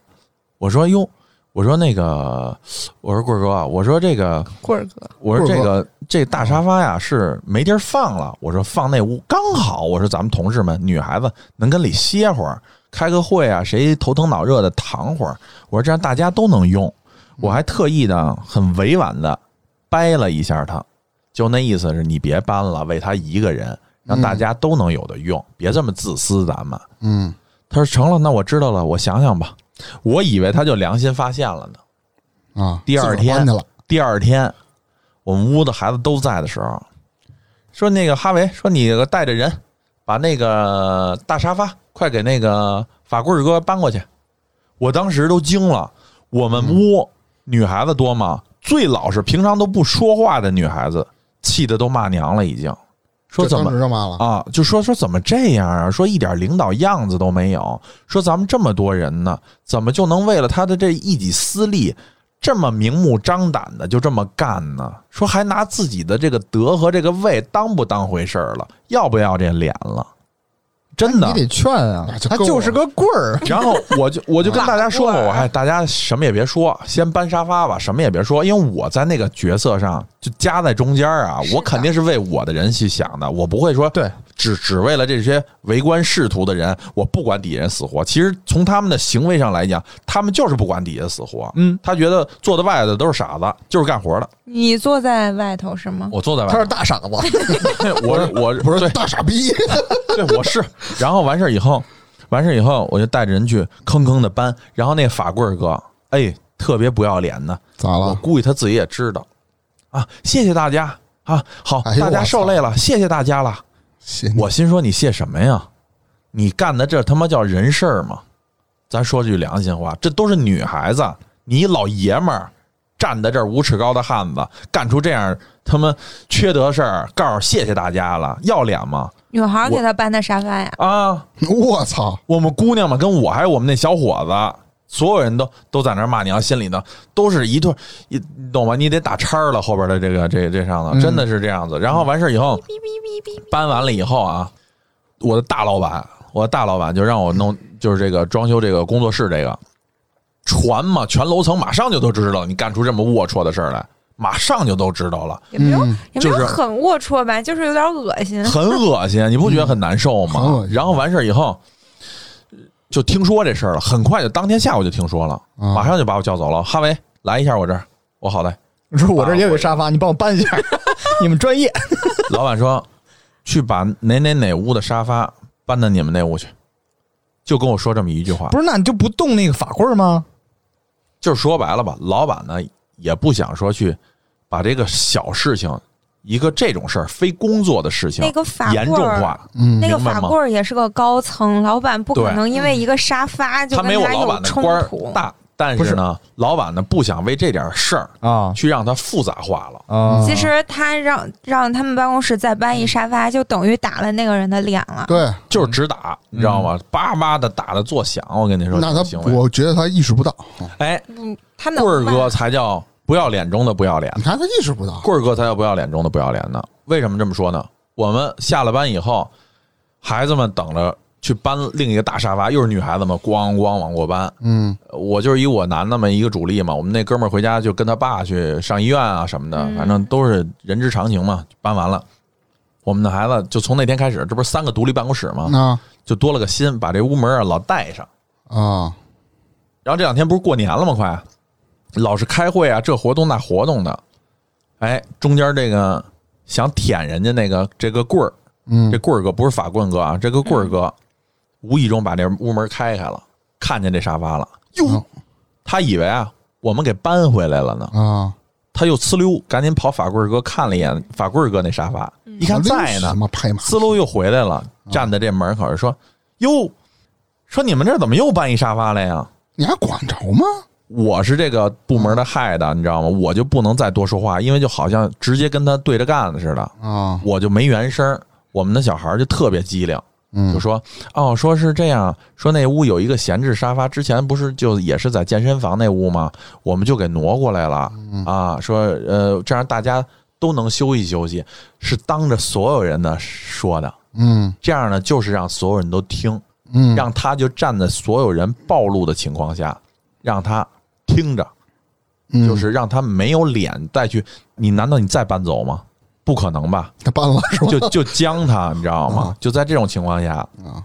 我说哟，我说那个，我说棍儿哥啊，我说这个，
棍儿哥，
我说这
棍
个这大沙发呀是没地儿放了，我说放那屋刚好，我说咱们同事们女孩子能跟里歇会儿，开个会啊，谁头疼脑热的躺会儿，我说这样大家都能用，我还特意的很委婉的掰了一下他，就那意思是你别搬了，为他一个人，让大家都能有的用，别这么自私，咱们。
嗯，
他说成了，那我知道了，我想想吧。我以为他就良心发现了呢。
啊，
第二
自个儿
天
搬去了，
第二天，我们屋的孩子都在的时候，说那个哈维说你带着人把那个大沙发快给那个法棍儿哥搬过去。我当时都惊了，我们屋女孩子多吗？最老实，平常都不说话的女孩子，气得都骂娘了，已经说
这
怎么
当时就骂了，
啊，就说说怎么这样啊？说一点领导样子都没有，说咱们这么多人呢，怎么就能为了他的这一己私利，这么明目张胆的就这么干呢？说还拿自己的这个德和这个位当不当回事儿了？要不要这脸了？真的
你，得劝啊
那，就
他
够
就是
了
个棍儿。
然后我就我就跟大家说嘛，我哎，大家什么也别说，先搬沙发吧，什么也别说，因为我在那个角色上就夹在中间啊
是，的
我肯定是为我的人去想的，我不会说
对，
只只为了这些为官仕途的人，我不管底下人死活。其实从他们的行为上来讲，他们就是不管底下死活，
嗯，
他觉得坐在外头都是傻子，就是干活的。
你坐在外头是吗？
我坐在外
他是
头，
大傻子，
我 我
不是
对
大傻逼，
对，我是。然后完事儿以后，完事儿以后，我就带着人去吭吭的搬。然后那法棍儿哥，哎，特别不要脸的，
咋
我
了？
估计他自己也知道啊。谢谢大家啊，好，
哎呦
大家
我
受
操
累了，谢谢大家了。
行，
我心说你谢什么呀？你干的这他妈叫人事儿吗？咱说句良心话，这都是女孩子，你一老爷们儿站在这儿五尺高的汉子，干出这样他妈缺德事儿，告诉谢谢大家了，要脸吗？
女孩儿给他搬的沙发呀，
啊，
我操，
我们姑娘们跟我还有我们那小伙子，所有人都都在那儿骂娘，心里呢都是一顿，一你懂吗？你得打叉儿了，后边的这个这这上头真的是这样子。然后完事儿以后，
哔哔哔哔，
搬完了以后啊，我的大老板，我的大老板就让我弄，就是这个装修这个工作室这个传嘛，全楼层马上就都知道你干出这么龌龊的事儿来，马上就都知道了，
也没有
嗯
也没
就
有
是
很龌龊吧，就是有点恶心。
很恶心，你不觉得很难受
嗯很
吗
恶？心
然后完事儿以后。就听说这事儿了，很快就当天下午就听说了，
嗯
啊
马上就把我叫走了。哈维，来一下我这儿，我好 嘞。
你说我这儿也有沙发，你帮我搬一下。 你们专业，
老板说，去把哪哪哪屋的沙发搬到你们那屋去，就跟我说这么一句话。
不是那你就不动那个法棍儿吗？
就是说白了吧，老板呢也不想说去把这个小事情，一个这种事儿非工作的事情
那个法
严重
棍儿
化，
嗯
那个
明白
法
吗
棍儿也是个高层，老板不可
对嗯
能因为一个沙发就
他
跟
没有
他
老板
有
的官
冲
儿
突。
大，但
不
是
是
呢，老板呢不想为这点事儿
啊
去让它复杂化了。
啊
其实他让让他们办公室再搬
嗯
一沙发，就等于打了那个人的脸了。
对，
就是直打，你知道吗？叭叭的打的作响，我跟你说，
嗯那
这个
他
行为，
我觉得他意识不到，
哎，
嗯，他能
棍儿
吧
哥才叫不要脸中的不要脸，
你看他意识不到，
棍儿哥才叫不要脸中的不要脸呢。为什么这么说呢？我们下了班以后，孩子们等着去搬另一个大沙发，又是女孩子们，咣咣往过搬。
嗯
我就是以我男的们一个主力嘛，我们那哥们儿回家就跟他爸去上医院啊什么的，
嗯
反正都是人之常情嘛。搬完了，我们的孩子就从那天开始，这不是三个独立办公室嘛，
啊
就多了个心，把这屋门啊老带上。
啊，
然后这两天不是过年了吗？快，老是开会啊，这活动那活动的，哎，中间这个想舔人家那个这个棍儿，
嗯
这棍儿哥不是法棍哥啊，这个棍儿哥无意中把这屋门开开了，看见这沙发了，
嗯
哟，他以为啊我们给搬回来了呢，
啊，
他又呲溜赶紧跑法棍哥看了一眼法棍哥那沙发，一看在
嗯
呢
什，么嗯拍马
思路又回来了，站在这门口说：“哟，说你们这儿怎么又搬一沙发来呀？”
你还管着吗？
我是这个部门的害的，你知道吗？我就不能再多说话，因为就好像直接跟他对着干似的，
啊
我就没原声儿。我们的小孩儿就特别机灵，
嗯
就说哦，说是这样，说那屋有一个闲置沙发，之前不是就也是在健身房那屋吗？我们就给挪过来了
嗯
啊，说呃，这样大家都能休息休息，是当着所有人的说的，
嗯
这样呢就是让所有人都听，
嗯，
让他就站在所有人暴露的情况下，让他听着，
嗯
就是让他没有脸再去，你难道你再搬走吗？不可 能吧，
他搬了是吧？
就就将他，你知道吗？就在这种情况下
啊，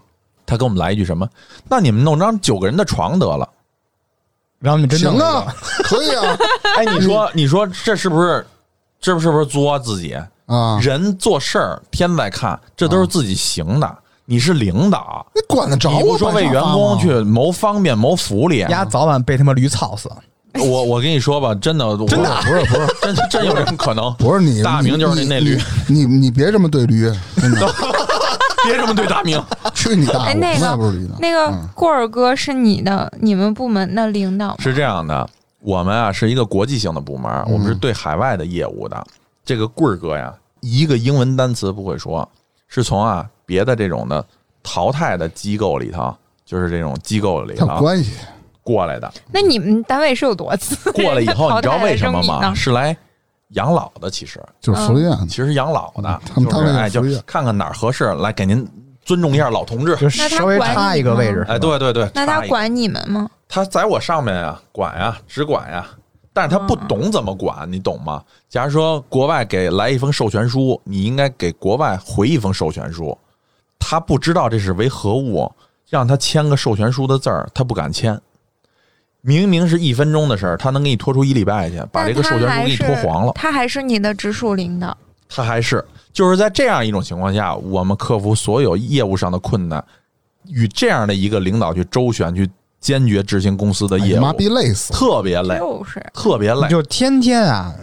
他给我们来一句什么？那你们弄张九个人的床得 了。
然后你真
行
弄了一
啊，可以啊
哎，你说，你说这是不是？这是不是作自己？
啊！
人做事儿天在看，这都是自己行的。你是领导，
你管得着
你不
啊我
说
搬
为
沙
员
发
工
吗
去谋方便、谋福利
个，鸭早晚被他妈驴操死。
我我跟你说吧，真的，真的不是不是，真真有这种可能。
不是你
大
你
明就是那那
你
驴，
你你你别这么对驴，真的
别这么对大明。
去你大
哎，
爷！
那
我从来
个
不是驴的，
那
嗯
个过儿哥是你的你们部门的领导吗？
是这样的，我们啊是一个国际性的部门，我
嗯
们是对海外的业务的。这个棍儿哥呀，一个英文单词不会说，是从啊别的这种的淘汰的机构里头，就是这种机构 里
他有
头
关系。
过 来的。
那你们单位是有多次？
过来以后，你知道为什么
人家淘汰了
吗？
扔你呢
是来养老的，其实
就是福利院
嗯
的
其实养老的，
他们
就是
他们
哎，
也
就
属于
看看哪儿合适，来给您尊重一下老同志。
就稍微差一个位置，
哎，对对对，
那
插
他
一个
管你们吗？
他在我上面啊，管呀，只管呀，但是他不懂怎么管，你懂吗？假如说国外给来一封授权书，你应该给国外回一封授权书，他不知道这是为何物，让他签个授权书的字儿，他不敢签。明明是一分钟的事儿，他能给你拖出一礼拜去，把这个授权书给你拖黄了。
他还是你的直属领导。
他还是就是在这样一种情况下，我们克服所有业务上的困难，与这样的一个领导去周旋，去坚决执行公司的
哎
业
呀
务，
妈逼累 死了！
特别累，
就是
特别累，
就天天啊，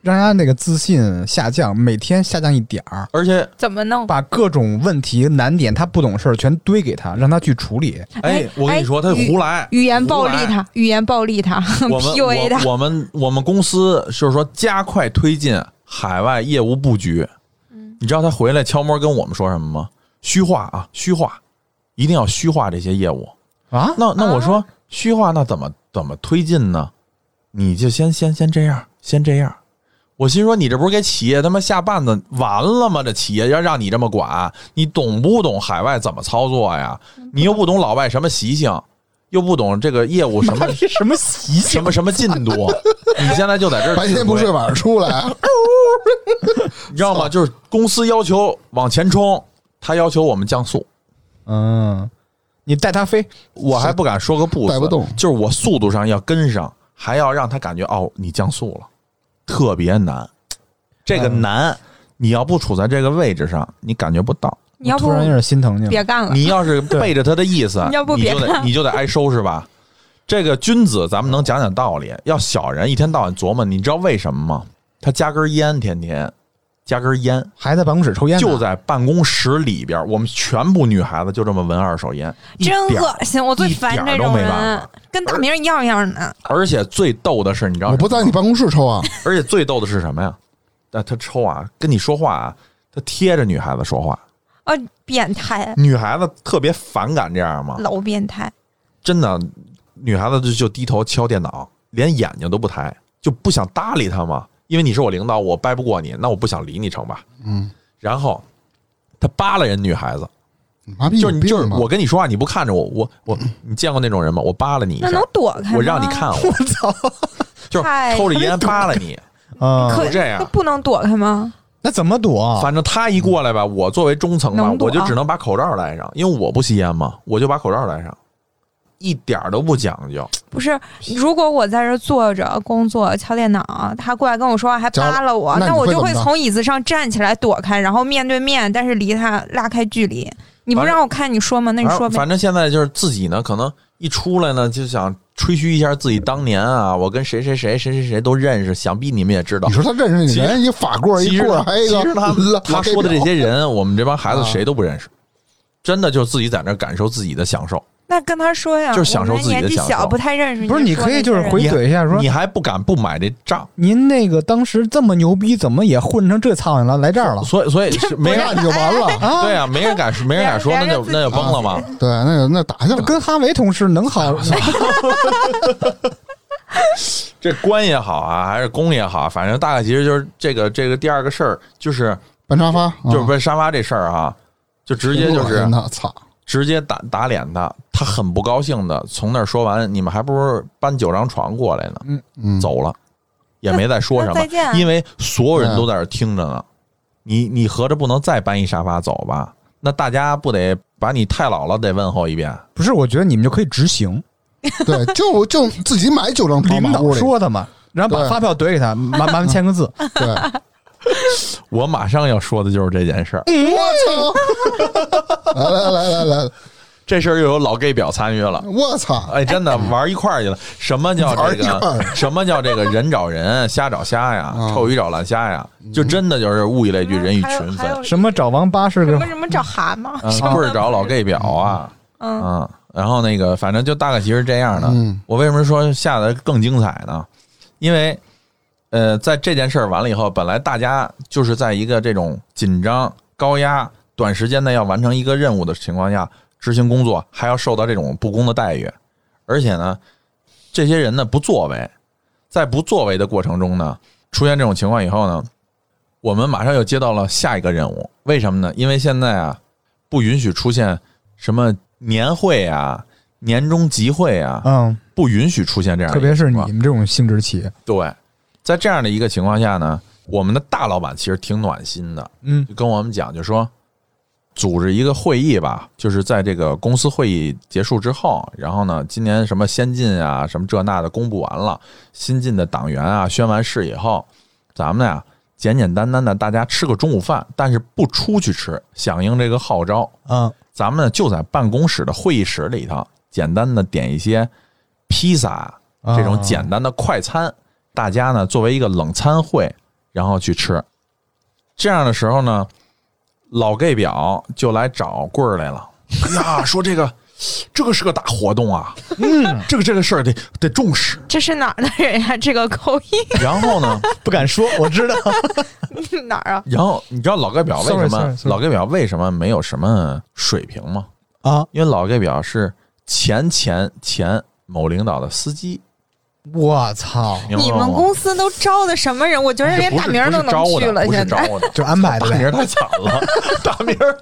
让人家那个自信下降，每天下降一点儿，
而且
怎么弄？
把各种问题难点，他不懂事儿全堆给他，让他去处理。
哎
哎，
我跟你说，他
哎
胡来，
语言暴力
胡来。
他，语言暴力他
我们
，PUA 他。
我我们我们公司就是说加快推进海外业务布局。你知道他回来敲门跟我们说什么吗？虚化啊，虚化，一定要虚化这些业务。
啊，
那那我说虚化，那怎么怎么推进呢？你就先先先这样，先这样。我心说你这不是给企业他妈下绊子完了吗？这企业要让你这么管，你懂不懂海外怎么操作呀？
嗯
你又不懂老外什么习性，又不懂这个业务什
妈
么
逼什么 习性
什么什么进度，你现在就在这儿
白天不睡，晚上出来，
你知道吗？就是公司要求往前冲，他要求我们降速，
嗯，你带他飞，
我还不敢说个不字，
带不动
就是我速度上要跟上，还要让他感觉哦，你降速了，特别难。这个难，你要不处在这个位置上，你感觉不到。
你要
突
不
然有点心疼你了。
别干了，
你要是背着他的意思，
你要不
你
别
就得
看
你就得挨收拾吧。这个君子，咱们能讲讲道理。要小人一天到晚琢磨，你知道为什么吗？他夹根烟，天天夹根烟，
还在办公室抽烟呢，
就在办公室里边。我们全部女孩子就这么闻二手烟，一
真
点儿
恶心！我最烦
一点
这
儿都
种
没办
人
法，
跟大明一样一样的。
而且最逗的是，你知道
我不在你办公室抽啊，
而且最逗的是什么呀？那他抽啊，跟你说话啊，他贴着女孩子说话，
啊，变态，
女孩子特别反感这样吗？
老变态。
真的，女孩子就就低头敲电脑，连眼睛都不抬，就不想搭理他嘛。因为你是我领导，我掰不过你，那我不想理你成吧？
嗯，
然后他扒拉人女孩子，
你妈逼
就
有
是你
哎病啊
就是
吧？
我跟你说啊话，你不看着我，我 我你见过那种人吗？我扒拉你一
那
下
能，躲 开吗？
我让你看啊我，
操
就是
太
抽着烟扒拉你，
啊！
可
就这样啊
那不能躲开吗？
那怎么躲？
反正他一过来吧，我作为中层吧
能，躲啊
我就只能把口罩戴上，因为我不吸烟嘛，我就把口罩戴上，一点儿都不讲究。
不是，如果我在这儿坐着工作敲电脑，他过来跟我说话还
假如
扒拉我，
那
那
你
我
会
就
怎
会
么办
从椅子上站起来躲开，然后面对面，但是离他拉开距离。你不
反正
让我看，你说吗？那你
反
说
正
呗。
反正现在就是自己呢，可能一出来呢就想吹嘘一下自己当年啊，我跟谁谁谁谁谁谁都认识，想必你们也知道
你。说他认识你
其实
人，一法棍儿
其
一
实
棍儿，
他
还有一
其
个
实他
拉
他啊说的这，些人，我们这帮孩子谁都不认识，真的就是自己在那儿感受自己的享受。
那跟他说呀，
就是享受
我们
自己的
年纪
享受
小，不太认识。
不是，
你
你
就说
可以就
这些
是
人
回怼一下说
你，还不敢不买这账，
您那个当时这么牛逼，怎么也混成这苍蝇了，来这儿了
所以所以是没人
那你就 完了。
哦
啊？
对啊，没 人敢没人敢说，那就那就崩了嘛。
对，那就那打起来了。
跟哈维同事能好？
这官也好啊，还是公也好，反正大概其实就是这个这个第二个事儿，就是
搬沙发，
就是奔沙发这事儿啊，就直接就
挺恶
是
心的操，
直接打打脸他，他很不高兴的从那儿说完，你们还不如搬九张床过来呢，
嗯，
走了，也没再说什
那再见
么，
啊
因为所有人都在这儿听着呢。你你合着不能再搬一沙发走吧？那大家不得把你太老了得问候一遍？
不是，我觉得你们就可以执行
对，就就自己买九张
领
床嘛，
导
屋里。
说的嘛，然后把
对
发票怼给他，麻麻烦签 个字。
啊
对，我
我马上要说的就是这件事儿，
操！来来来来来，
这事儿又有老 gay 表参与了。
我操！
哎，真的玩一块儿去了。什么叫这
玩一
个
块？
什么叫这个人找人，虾找虾呀，
嗯
臭鱼找烂虾呀？就真的就是物以类聚，人以
还有
群
嗯还
分
有。
什么找王八是
什
个
么啊什么找蛤蟆，
嗯，
什么
棍儿找老 gay 表啊，
嗯，
嗯，然后那个反正就大概其实这样的。
嗯
我为什么说下的更精彩呢？因为呃，在这件事儿完了以后，本来大家就是在一个这种紧张、高压、短时间内要完成一个任务的情况下执行工作，还要受到这种不公的待遇，而且呢，这些人呢不作为，在不作为的过程中呢，出现这种情况以后呢，我们马上又接到了下一个任务。为什么呢？因为现在啊，不允许出现什么年会啊、年终集会啊，
嗯，
不允许出现这样的
特
一个
别是
情
你
况。
们这种性质企业，
对，在这样的一个情况下呢，我们的大老板其实挺暖心的，
嗯
就跟我们讲，就说组织一个会议吧，就是在这个公司会议结束之后，然后呢，今年什么先进啊，什么这那的公布完了，新进的党员啊宣完誓以后，咱们呀简简单单的大家吃个中午饭，但是不出去吃，响应这个号召，
嗯，
咱们呢就在办公室的会议室里头，简单的点一些披萨这种简单的快餐，大家呢作为一个冷餐会，然后去吃。这样的时候呢，老 gay 表就来找棍儿来了，哎呀，说这个这个是个大活动啊，嗯，这个这个事儿得得重视。
这是哪儿的人呀？这个口音
然后呢，
不敢说，我知 道。
哪儿啊？
然后你知道老 gay 表为什
Sorry,
么
sorry, sorry
老 gay 表为什么没有什么水平吗？
啊，
因为老 gay 表是前前前某领导的司机，
我操，
明 白
你
吗
们公司都招的什么人？我觉得连
不是
大名儿都能去了。
不是
现
招
在
我的，
就安排的
大
呗
名。太惨了， 大名儿。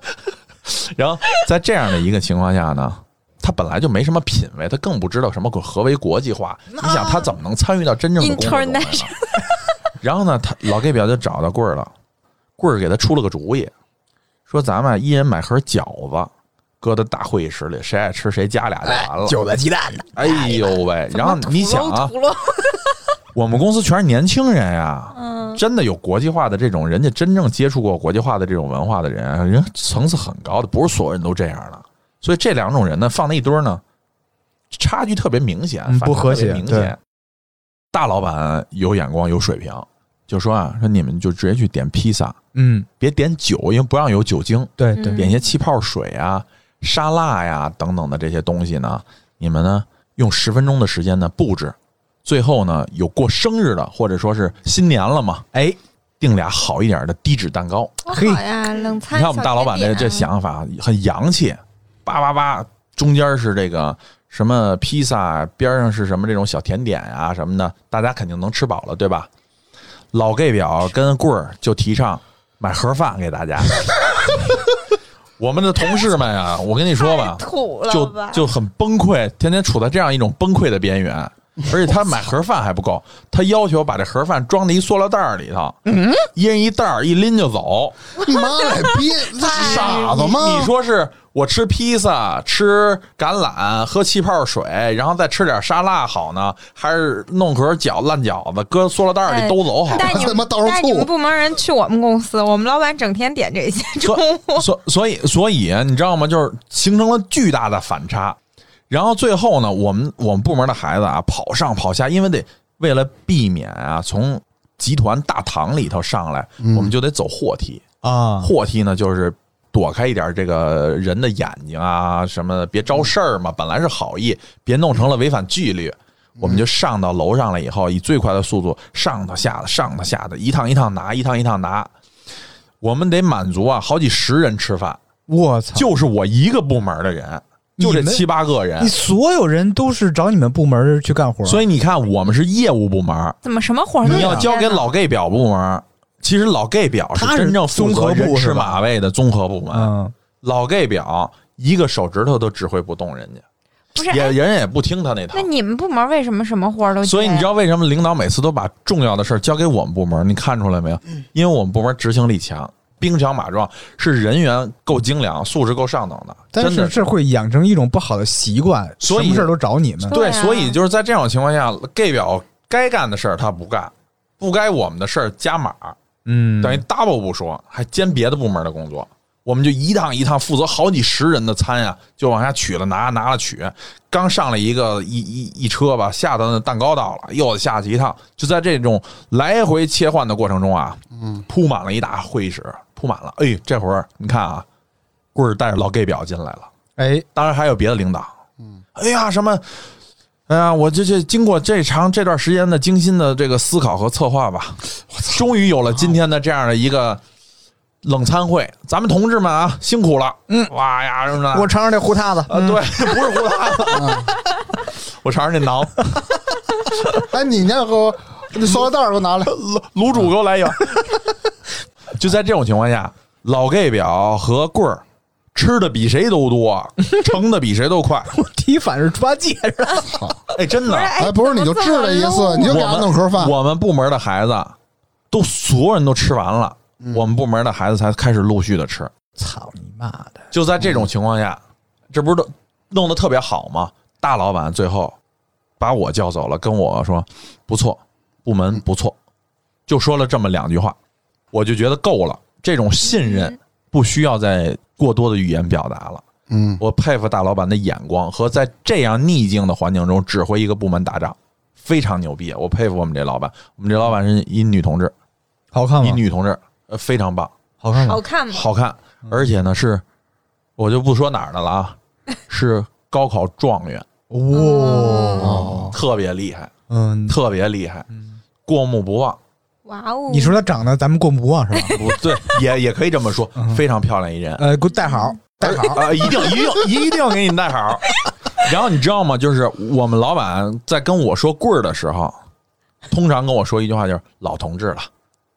然后在这样的一个情况下呢，他本来就没什么品位，他更不知道什么何为国际化。你想他怎么能参与到真正的工作中来呢
International
然后呢，他老 gay 表就找到棍儿了，棍儿给他出了个主意，说咱们一人买盒饺子，搁到大会议室里，谁爱吃谁夹俩就完了。
韭菜鸡蛋的，
哎呦喂！然后你想啊，
土楼
我们公司全是年轻人呀，
嗯
真的有国际化的这种，人家真正接触过国际化的这种文化的人，人层次很高的，不是所有人都这样的。所以这两种人呢，放在一堆儿呢，差距特别明显，
嗯
反
不
差
和
特别
谐
明
对
显。大老板有眼光，有水平，就说啊，说你们就直接去点披萨，
嗯，
别点酒，因为不让有酒精。
对
嗯
对，
点一些气泡水啊、沙拉呀、等等的这些东西呢，你们呢用十分钟的时间呢布置，最后呢有过生日的或者说是新年了嘛，哎，订俩好一点的低脂蛋糕。
多
嘿
好哎呀，冷
你
餐。啊
看我们大老板这这，想法很洋气，叭叭叭，中间是这个什么披萨，边上是什么这种小甜点啊什么的，大家肯定能吃饱了，对吧？老 gay 表跟棍儿就提倡买盒饭给大家。 我们的同事们啊，我跟你说吧，
土了
就
吧？
就很崩溃，天天处在这样一种崩溃的边缘。而且他买盒饭还不够，他要求把这盒饭装在一塑料袋儿里头，
嗯
一人一袋儿，一拎就走。
妈来 逼，这
哎
傻子
你
吗
你？说是我吃披萨、吃橄榄、喝气泡水，然后再吃点沙拉好呢，还是弄盒饺烂饺子搁塑料袋里兜走好？
哎 带你
他
们
妈到时候
带你们
吐
部门人去我们公司，我们老板整天点这些中
所
午。
所所以所以啊你知道吗？就是形成了巨大的反差。然后最后呢，我们我们部门的孩子啊，跑上跑下，因为得为了避免啊从
嗯
集团大堂里头上来，我们就得走货梯。
啊，
货梯呢就是躲开一点这个人的眼睛啊什么的，别
嗯
招事儿嘛。本来是好意，别弄成了违反纪律。
嗯
我们就上到楼上了以后，以最快的速度上到下的上到下的，一趟一趟拿，一趟一趟拿。我们得满足啊，好几十人吃饭，
我操！
就是我一个部门的人，就这
你们
七八个人
你。所有人都是找你们部门去干活，
所以你看，我们是业务部门，
哦
怎么什么活儿都
你要
有啊
交给
呢
老 gay 表部门，其实老 gay 表
啊他是
真正负责
综合
人
部是
吃
吧
马喂的综合部门。
嗯，
老 gay 表一个手指头都指挥不动人家，
不是
也
哎
人家也不听他那套
那。你们部门为什么什么活儿都
所以
接
你知
呀
道为什么领导每次都把重要的事儿交给我们部门？你看出来没有？
嗯
因为我们部门执行力强，兵强马壮，是人员够精良，素质够上等的。
但
真的
是这会养成一种不好的习惯，
所以
什么事儿都找你们。
对
对，
啊
所以就是在这种情况下，gay 表该干的事儿他不干，不该我们的事儿加码，
嗯，
等于 double 不说，还兼别的部门的工作。我们就一趟一趟负责好几十人的餐呀、啊就往下取了拿，拿了取。刚上了一个一一一车吧，下到那蛋糕到了，又下去一趟。就在这种来回切换的过程中啊，嗯，铺满了一大会议室，铺满了。哎，这会儿你看啊，棍儿带着老 gay 表进来了。
哎，
当然还有别的领导，嗯，哎呀，什么，哎呀，我这这经过这长这段时间的精心的这个思考和策划吧，终于有了今天的这样的一个冷餐会，咱们同志们啊，辛苦了，嗯，哇呀什么的，
我尝尝这胡塌子，
啊， 对，不是胡辣子，我尝尝这馕，
哎，你那给我，你塑料袋儿给我拿来。
卤 卤煮给我来一碗。 就在这种情况下，老 gay 表和棍儿吃的比谁都 多，盛的比谁都快，
提反是猪八戒是吧？
哎，真的，
哎，不是，你就治了一次，你就
啊
给他弄盒饭。
我们部门的孩子都所有人都吃完了，
嗯
我们部门的孩子才开始陆续的吃。
操你妈的！
就在这种情况下，这不是都弄得特别好吗？大老板最后把我叫走了，跟我说不错，部门不错，就说了这么两句话，我就觉得够了。这种信任不需要再过多的语言表达了。
嗯，
我佩服大老板的眼光和在这样逆境的环境中指挥一个部门打仗，非常牛逼。我佩服我们这老板，我们这老板是一女同志，
好看
一
吗？
女同志，呃，非常棒，
好看吗
好？看吗？
好看，而且呢是，我就不说哪儿的了啊，是高考状元，
哇，
特别厉害，
哦嗯，
特别厉害，过目不忘，
哇哦！
你说他长得咱们过目不忘是吧？
不对，也也可以这么说，非常漂亮一人，
呃，给我带好，带好。
啊，一定一定一定给你带好。然后你知道吗？就是我们老板在跟我说棍儿的时候，通常跟我说一句话，就是“老同志了，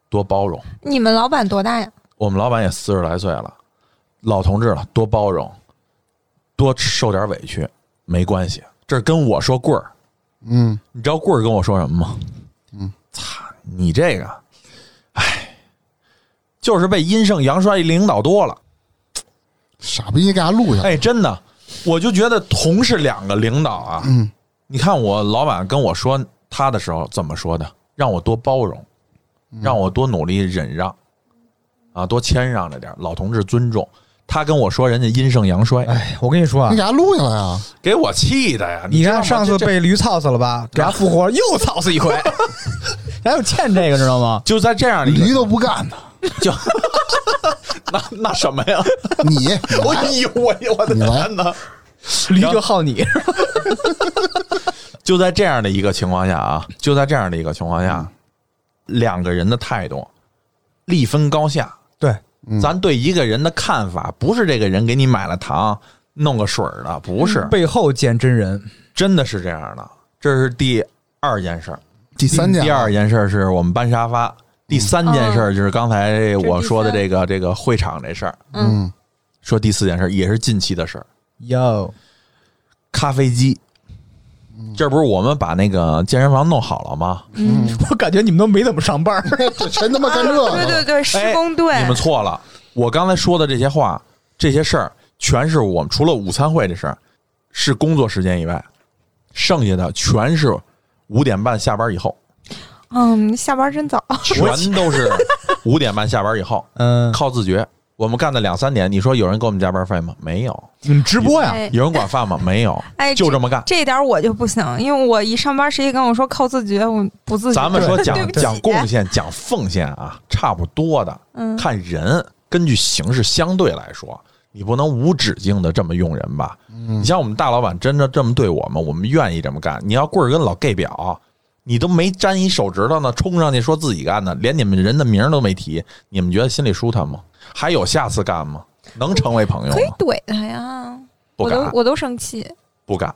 多包容”。
你们老板多大呀？
我们老板也四十来岁了，老同志了，多包容，多受点委屈没关系。这是跟我说棍儿，
嗯，
你知道棍儿跟我说什么吗？嗯，操你这个，哎，就是被阴盛阳衰领导多了。
傻逼，你给他录下来。
哎，真的，我就觉得同是两个领导啊。
嗯，
你看我老板跟我说他的时候怎么说的，让我多包容，
嗯
让我多努力忍让，啊，多谦让着点儿，老同志尊重。他跟我说人家阴盛阳衰，
哎，我跟你说啊
你给，他录下来啊！
给我气的呀！
你
知道
看
吗
上次
这这
被驴操死了吧？给他复活又操死一 回，咱有欠这个知道吗？
就在这样的一
驴
个
都不干呢，
就那那 什么呀？
你你
我
哎
以我我的
你来
天哪！
驴就好你，
就在这样的一个情况下啊，就在这样的一个情况下，
嗯
两个人的态度力分高下。
对，
嗯
咱对一个人的看法，不是这个人给你买了糖弄个水儿的，不
嗯
是，
背后见真人。
真的是这样的。这是第二件事儿，
第三件啊，嗯
第二件事儿是我们搬沙发，第三件事儿就是刚才我说的
这
这个这个会场这事儿。
嗯，
说第四件事儿也是近期的事儿，
哟，
咖啡机。这不是我们把那个健身房弄好了吗？
我感觉你们都没怎么上班儿。
这谁他妈干这
啊对
个？
对对，施工队
哎。你们错了，我刚才说的这些话、这些事儿，全是我们除了午餐会这事儿是工作时间以外，剩下的全是五点半下班以后，
嗯，下班真早。
全都是五点半下班以后，
嗯，
靠自觉。我们干到两三点，你说有人给我们加班费吗？没有。
你们直播呀？
哎
有人管饭吗？没有。
哎，
就这么干。
这一点我就不行，因为我一上班，谁跟我说靠自觉，我不 自觉。
咱们说讲
对不起
讲贡献、讲奉献啊，差不多的，
嗯
看人根据形势相对来说，你不能无止境的这么用人吧？你像我们大老板真的这么对我们，我们愿意这么干。你要棍儿跟老 gay 表，你都没沾一手指头呢，冲上去说自己干的，连你们人的名儿都没提，你们觉得心里舒坦吗？还有下次干吗？能成为朋友
可以
吗？
怼他呀，
不
我都
敢，
我都生气。
不敢，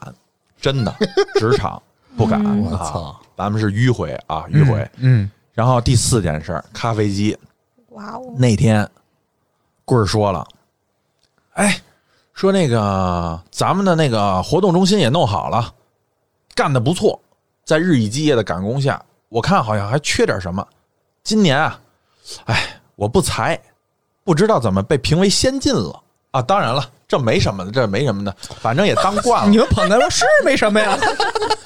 真的，职场不敢。
嗯
我
啊！
操，
咱们是迂回啊，迂回。
嗯，
然后第四件事儿，咖啡机。
哇哦，
那天棍儿说了，哎，说那个咱们的那个活动中心也弄好了，干得不错，在日以继夜的赶工下，我看好像还缺点什么。今年啊，哎，我不才，不知道怎么被评为先进了啊。当然了，这没什么的，这没什么的，反正也当惯了
嗯你。们捧的我是没什么呀，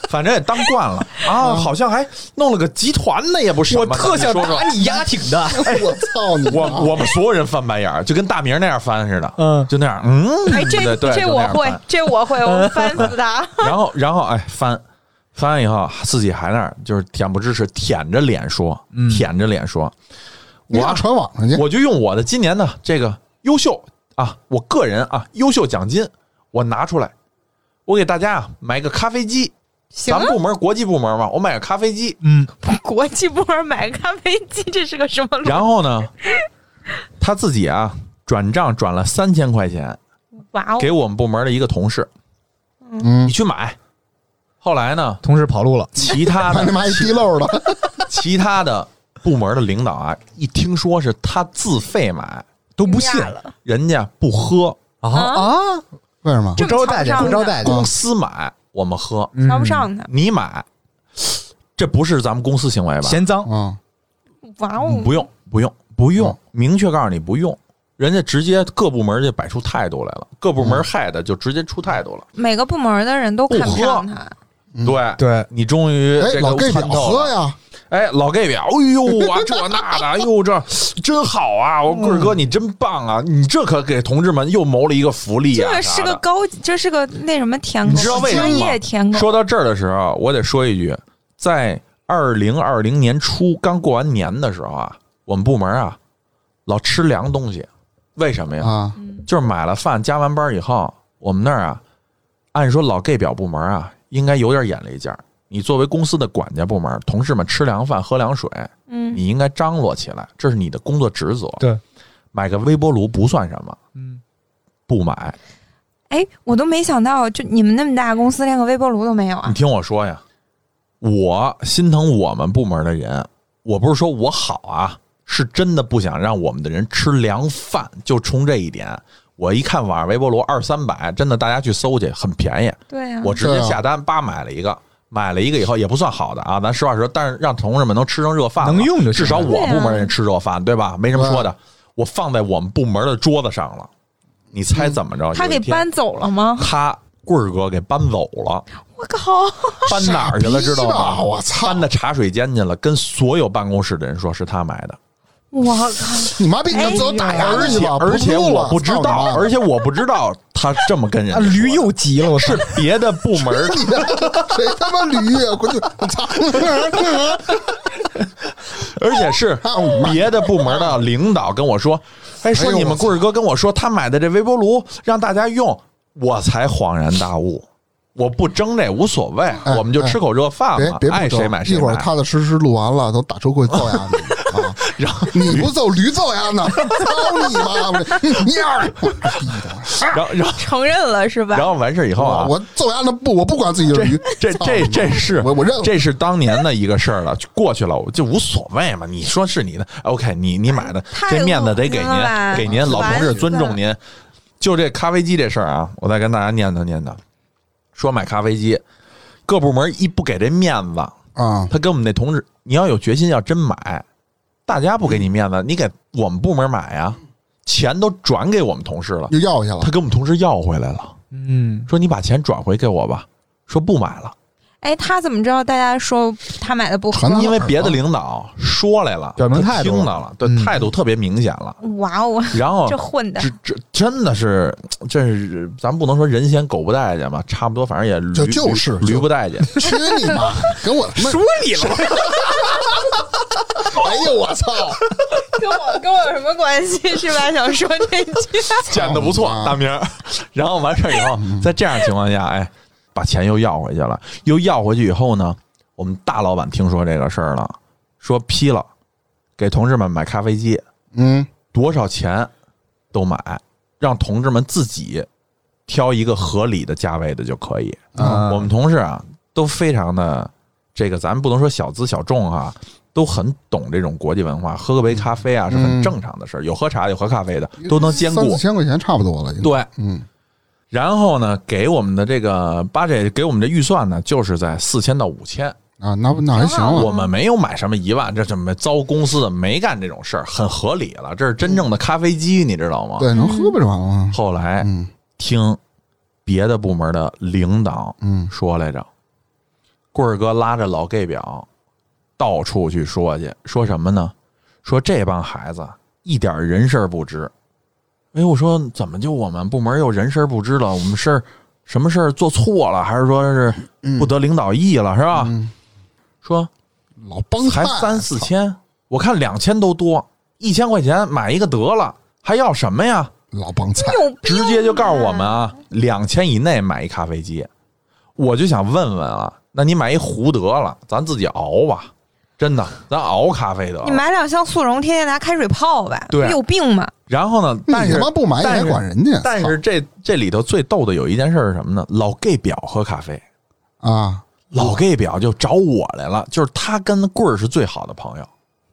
反正也当惯了啊，好像还弄了个集团的，也不是什
我
么的。
特
你
想
说说
打，你压挺的。
哎我操你妈！
哦
我我们所有人翻白眼儿，就跟大明那样翻似的，
嗯
就那样，嗯，
哎，这
对对
这
就那
我
样
会
翻，
这我会，我烦死 他。
然后然后哎翻翻完以后，自己还那儿就是恬不知耻，舔着脸说，舔着脸说，
你
我
俩
啊
传网上去，
我就用我的今年的这个优秀啊，我个人啊优秀奖金，我拿出来，我给大家啊买个咖啡机，
行
咱
啊
们，部门国际部门嘛，我买个咖啡机，
嗯，
国际部门买个咖啡机，这是个什么路？
然后呢，他自己啊转账转了三千块钱
哇哦，
给我们部门的一个同事，
嗯
你，去买。后来呢，
同事跑路了，
其
看
他的
他妈一滴漏的，
其他的部门的领导啊，一听说是他自费买，
都不信
惊讶了
人家不喝，
啊
啊
啊，
为什么？
不招待见，不招
嗯
待见，
公司买我们喝，
嗯
瞧不上他，
你买，这不是咱们公司行为吧？
嫌脏，
嗯，
哇哦，
不用，不用，不用
嗯，
明确告诉你不用。人家直接各部门就摆出态度来了，各部
嗯
门害的就直接出态度了。
每个部门的人都看不上他，
嗯
对，
对，
你终于
哎
这，个
老 gay 表
看透了
喝呀，
哎，老 gay 表，哎呦啊，这那的，哎呦这真好啊！我棍儿哥你真棒啊！你这可给同志们又谋了一个福利
这
啊！
个
啥
是个
的
高级，这是个那什么舔狗，
你知道为什么吗
专业舔狗。
说到这儿的时候，我得说一句，在二零二零年初刚过完年的时候啊，我们部门啊老吃凉东西，为什么哎呀？
啊，
嗯
就是买了饭，加完班以后，我们那儿啊，按说老 gay 表部门啊，应该有点眼力劲儿。你作为公司的管家部门，同事们吃凉饭、喝凉水，
嗯，
你应该张罗起来，这是你的工作职责。
对，
买个微波炉不算什么，
嗯，
不买。
哎，我都没想到，就你们那么大公司，连个微波炉都没有啊
你！听我说呀，我心疼我们部门的人，我不是说我好啊，是真的不想让我们的人吃凉饭，就冲这一点。我一看网上微波炉二三百，真的大家去搜去，很便宜。
对啊呀、
我直接下单，叭买了一个，买了一个以后也不算好的啊，咱实话实说，但是让同事们能吃上热饭了，
能用就行
至少我部
啊
门人吃热饭，对吧？没什么说的，我放在我们部门的桌子上了，你猜怎么着？
嗯他给
有一天
搬走了 吗？
他棍儿哥给搬走 了，
我靠！
搬哪儿去了？知道
傻逼
吗？
吧我操
搬到茶水间去了，跟所有办公室的人说是他买的，
我靠！
你妈逼，你走打牙
而
去
且
吧，
而且
录了
我不知
操你妈
道，而且我不知道他这么跟人
啊，
家说
驴又急了，我
是
是
别的部门 儿
谁他妈驴呀？滚去！我操！
而且是别的部门的领导跟我说， 哎，说
哎呦
你们
我操
棍儿哥跟我说他买的这微波炉让大家用，我才恍然大悟，我不争这无所谓，
哎
我们就吃口热饭
别
嘛，
别
爱
不
谁
争
买
一
谁
会儿
买。
踏踏实实录完了，都打车过去揍 丫你啊！
然后，
你不揍驴揍丫 呢？操你妈！我这你二，
然后，然后，
承认了是吧？
然后完事以后啊
我，我揍丫那不，我不管自己是驴。
这
操
这这是
我我 认了
这是当年的一个事儿了，就过去了，我就无所谓嘛。你说是你的，OK，你你买的
太
这面子得给
恶心了吧
您，给您老同
烦死
志
了
尊重您。就这咖啡机这事儿啊，我再跟大家念叨念叨，说买咖啡机，啊各部门一不给这面子，
啊！
他跟我们那同志，你要有决心，要真买，大家不给你面子，你给我们部门买呀，钱都转给我们同事了，
又要去了
他，跟我们同事要回来了，
嗯，
说你把钱转回给我吧，说不买了。
哎，他怎么知道大家说他买的不合
啊
传？达
因为别的领导说来了，
表明
他
态度
听
了
到了，对
嗯
态度特别明显了。
哇哦，
然后
这混的
这这真的是，这是咱不能说人嫌狗不待见吧，差不多，反正也驴
就就是
驴
就
不待见。
去你 妈！跟我他妈，
你了，
哎呦我操！
跟我跟我有什么关系？是 吧？想说这句，
见的不错，
嗯
啊
大明儿。 然后完事儿以后，在这样的情况下，哎，把钱又要回去了，又要回去以后呢，我们大老板听说这个事儿了，说批了，给同志们买咖啡机，
嗯，
多少钱都买，让同志们自己挑一个合理的价位的就可以。
啊
我们同事啊，都非常的这个，咱不能说小资小众哈、都很懂这种国际文化，喝个杯咖啡啊是很
嗯
正常的事儿，有喝茶的，有喝咖啡的，都能兼
三四
顾。
千块钱差不多了，应该。
对，
嗯，
然后呢，给我们的这个八 G 给我们的预算呢，就是在四千到五千，
啊，那那还行了。
我们没有买什么一万，这什么糟公司的没干这种事儿，很合理了。这是真正的咖啡机，你知道吗？
对，能喝不就完了吗？
后来
嗯
听别的部门的领导
嗯
说来着，棍儿哥拉着老 gay 表到处去说去，说什么呢？说这帮孩子一点人事儿不知。哎，我说怎么就我们部门又人事儿不知了？我们事儿什么事儿做错了，还是说是不得领导意了，是吧？
嗯，
说
老 帮
才
菜啊
三四，千，我看两千都多，一千块钱买一个得了，还要什么呀？
老帮菜，
有病
直接就告诉我们啊，两千以内买一咖啡机。我就想问问啊，那你买一壶得了，咱自己熬吧，真的，咱熬咖啡得
你
了。
买两箱速溶，天天拿开水泡呗，
对
有病吗？
然后呢，
你
但
他
是
妈不买你
但
还
是
管人家？
但是这这里头最逗的有一件事是什么呢？老 gay 表喝咖啡，
操啊，
老 gay 表就找我来了，就是他跟棍儿是最好的朋友，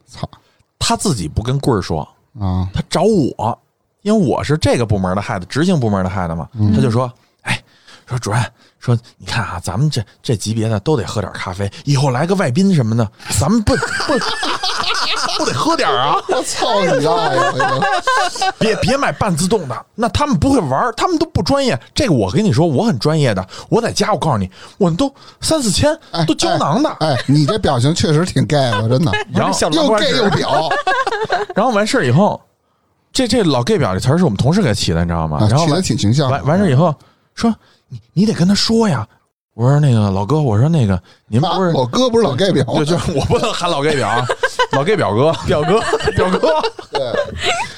操
他自己不跟棍儿说，
啊，
他找我，因为我是这个部门的 head，执行部门的 head 嘛，他就说，哎，说主任，说你看啊，咱们这这级别的都得喝点咖啡，以后来个外宾什么的，咱们不不不得喝点啊，
我操你大爷！哎呦
别别买半自动的，那他们不会玩，他们都不专业。这个我跟你说，我很专业的，我在家我告诉你，我都三四千
哎
都胶囊的。
哎，你这表情确实挺 gay 的，真的，
然后
小
又
蓝罐
gay
是
又 表，
然后完事儿以后，这这老 gay 表这词儿是我们同事给起的，你知道吗？
啊
然后
取
完
得挺形象的。
完完事以后说你你得跟他说呀。我说那个老哥，我说那个您
啊
不是
我哥不是老 gay 表
就
吗，
就是我不能喊老 gay 表啊，老 gay 表哥表哥表哥。
对，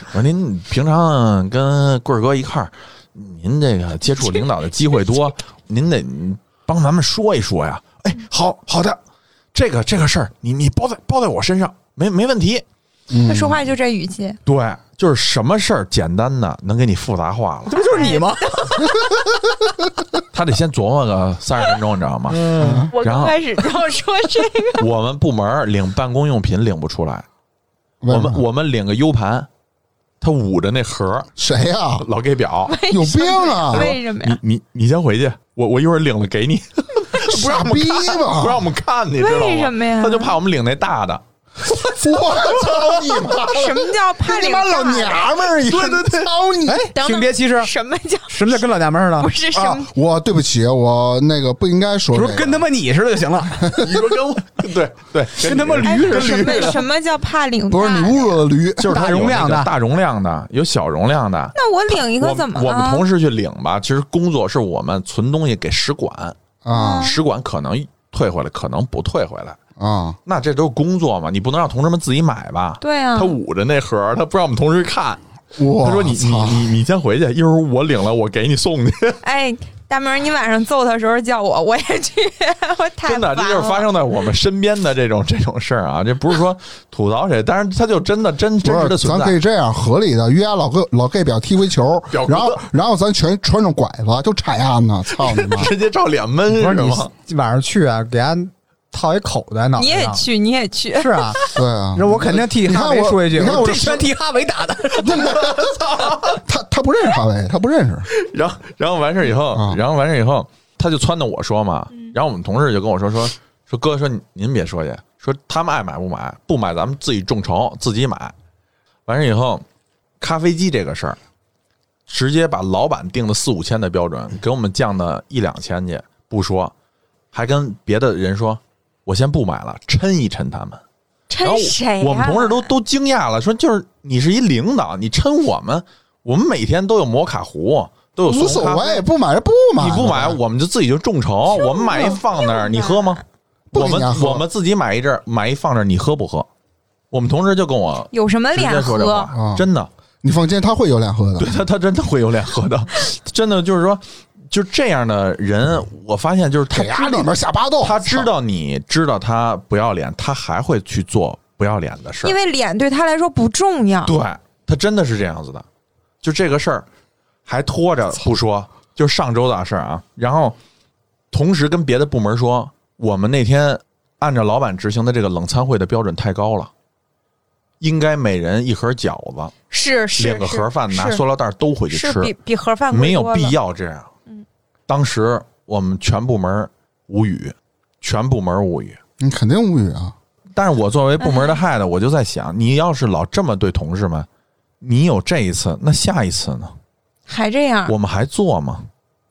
我说您平常跟棍儿哥一块儿，您这个接触领导的机会多，您得帮咱们说一说呀。哎，
哦
好好的，这个这个事儿你你包在包在我身上，没没问题。嗯
他说话就这语气，
对，就是什么事儿简单的能给你复杂化了。
这不就是你 吗？
他得先琢磨个三十分钟，你知道吗？
我
然
刚
后
开始就要说这个，
我们部门儿领办公用品领不出来，我们我们领个 U 盘，他捂着那盒儿，
谁呀？
老给表，
有病啊！
为什么
你
呀？
你你先回去，我我一会儿领了给你，不
傻
让我们
逼
看， 不
吧！
让我们看，你知道吗？
为什么呀
他就怕我们领那大的，
我操你妈！
什么叫怕
你
领
妈
大
老娘们儿！对对对，操你！
等等
性别歧视，
什么
啊
叫
什么叫跟老娘们儿呢
不？是什
啊
么？，
我对不起，我那个不应该说
我
这
说
个。
跟他妈你似的就行了，
你说 跟我对对，
跟他妈
哎
驴
什
似
么
的。
什么叫怕领 大？
不是你侮辱了 驴，
就是它
大
有
容
那
量
个
的
大容量的，有小容量的。
那我领一
我
个怎么
我们
了？
同事去领吧，其实工作是我们存东西给使馆，
啊
使馆可能退回来，可能不退回来。
啊！
那这都是工作嘛，你不能让同事们自己买吧？
对啊
他捂着那盒儿，他不让我们同事看。
我
他说你：“你
操
你你先回去，一会儿我领了，我给你送去。
哎，大明儿，你晚上揍他的时候叫我，我也去， 我”太
真的，这
烦
就是发
了。
生在我们身边的这种 这种事儿啊！这不是说吐槽谁，但是他就真的真真实
不
的
是，咱
存
可
在
以。这样合理的约老 gay 老 gay 表踢回球
表，哥！
然后然后咱全穿上拐子就踩案子，操你妈
直接照脸闷
不
是
是
吗？
你晚上去啊，给俺套一口袋脑
你
袋
哎
也
上。
去，你也去，
是 啊，
对啊，
那我肯定替
你看
哈维
我
说一句，
你看
我
我
这
是
拳替哈维打的。
他他不认识哈维，他不认识，
然后然后完事儿以后，
啊
然后完事儿以后，他就撺掇我说嘛，然后我们同事就跟我说说说哥说你您别说去，说他们爱买不买，不买咱们自己众筹自己买。完事儿以后，咖啡机这个事儿，直接把老板定的四五千的标准给我们降到一两千去，不说，还跟别的人说：“我先不买了，抻一抻他们。”
抻
然后
啊
谁、呀？
我们同事都都惊讶了，说：“就是你是一领导，你抻我们，我们每天都有摩卡壶，都有
无
速
所
溶咖啡
谓，不买就不买，
你不买，我们就自己就众筹，我们买一放那儿，你喝吗？
不
我
给人啊
们
家喝
我们自己买一阵儿，买一放这儿，你喝不喝？我们同事就跟我
有什么
直
脸
接说这
喝？
啊嗯
话，真的，
你放心，他会有脸喝的
对。他他真的会有脸喝的， 真的就是说，就这样的人，我发现就是他
给丫
知
里
道
面下巴豆，
他知道你知道他不要脸，他还会去做不要脸的事儿
因，为脸对他来说不重要。
对他真的是这样子的，就这个事儿还拖着不说，就上周的事儿啊，然后同时跟别的部门说，我们那天按照老板执行的这个冷餐会的标准太高了，应该每人一盒饺子，
是是
两个
是
盒饭，拿
是
塑料袋兜回去
是
吃，
比比盒饭贵
没有
多嗯
必
了。
要这样。当时我们全部门无语，全部门无语。
你肯定无语啊！
但是我作为部门的害的，我就在想，你要是老这么对同事们，你有这一次，那下一次呢？
还这样，
我们还做吗？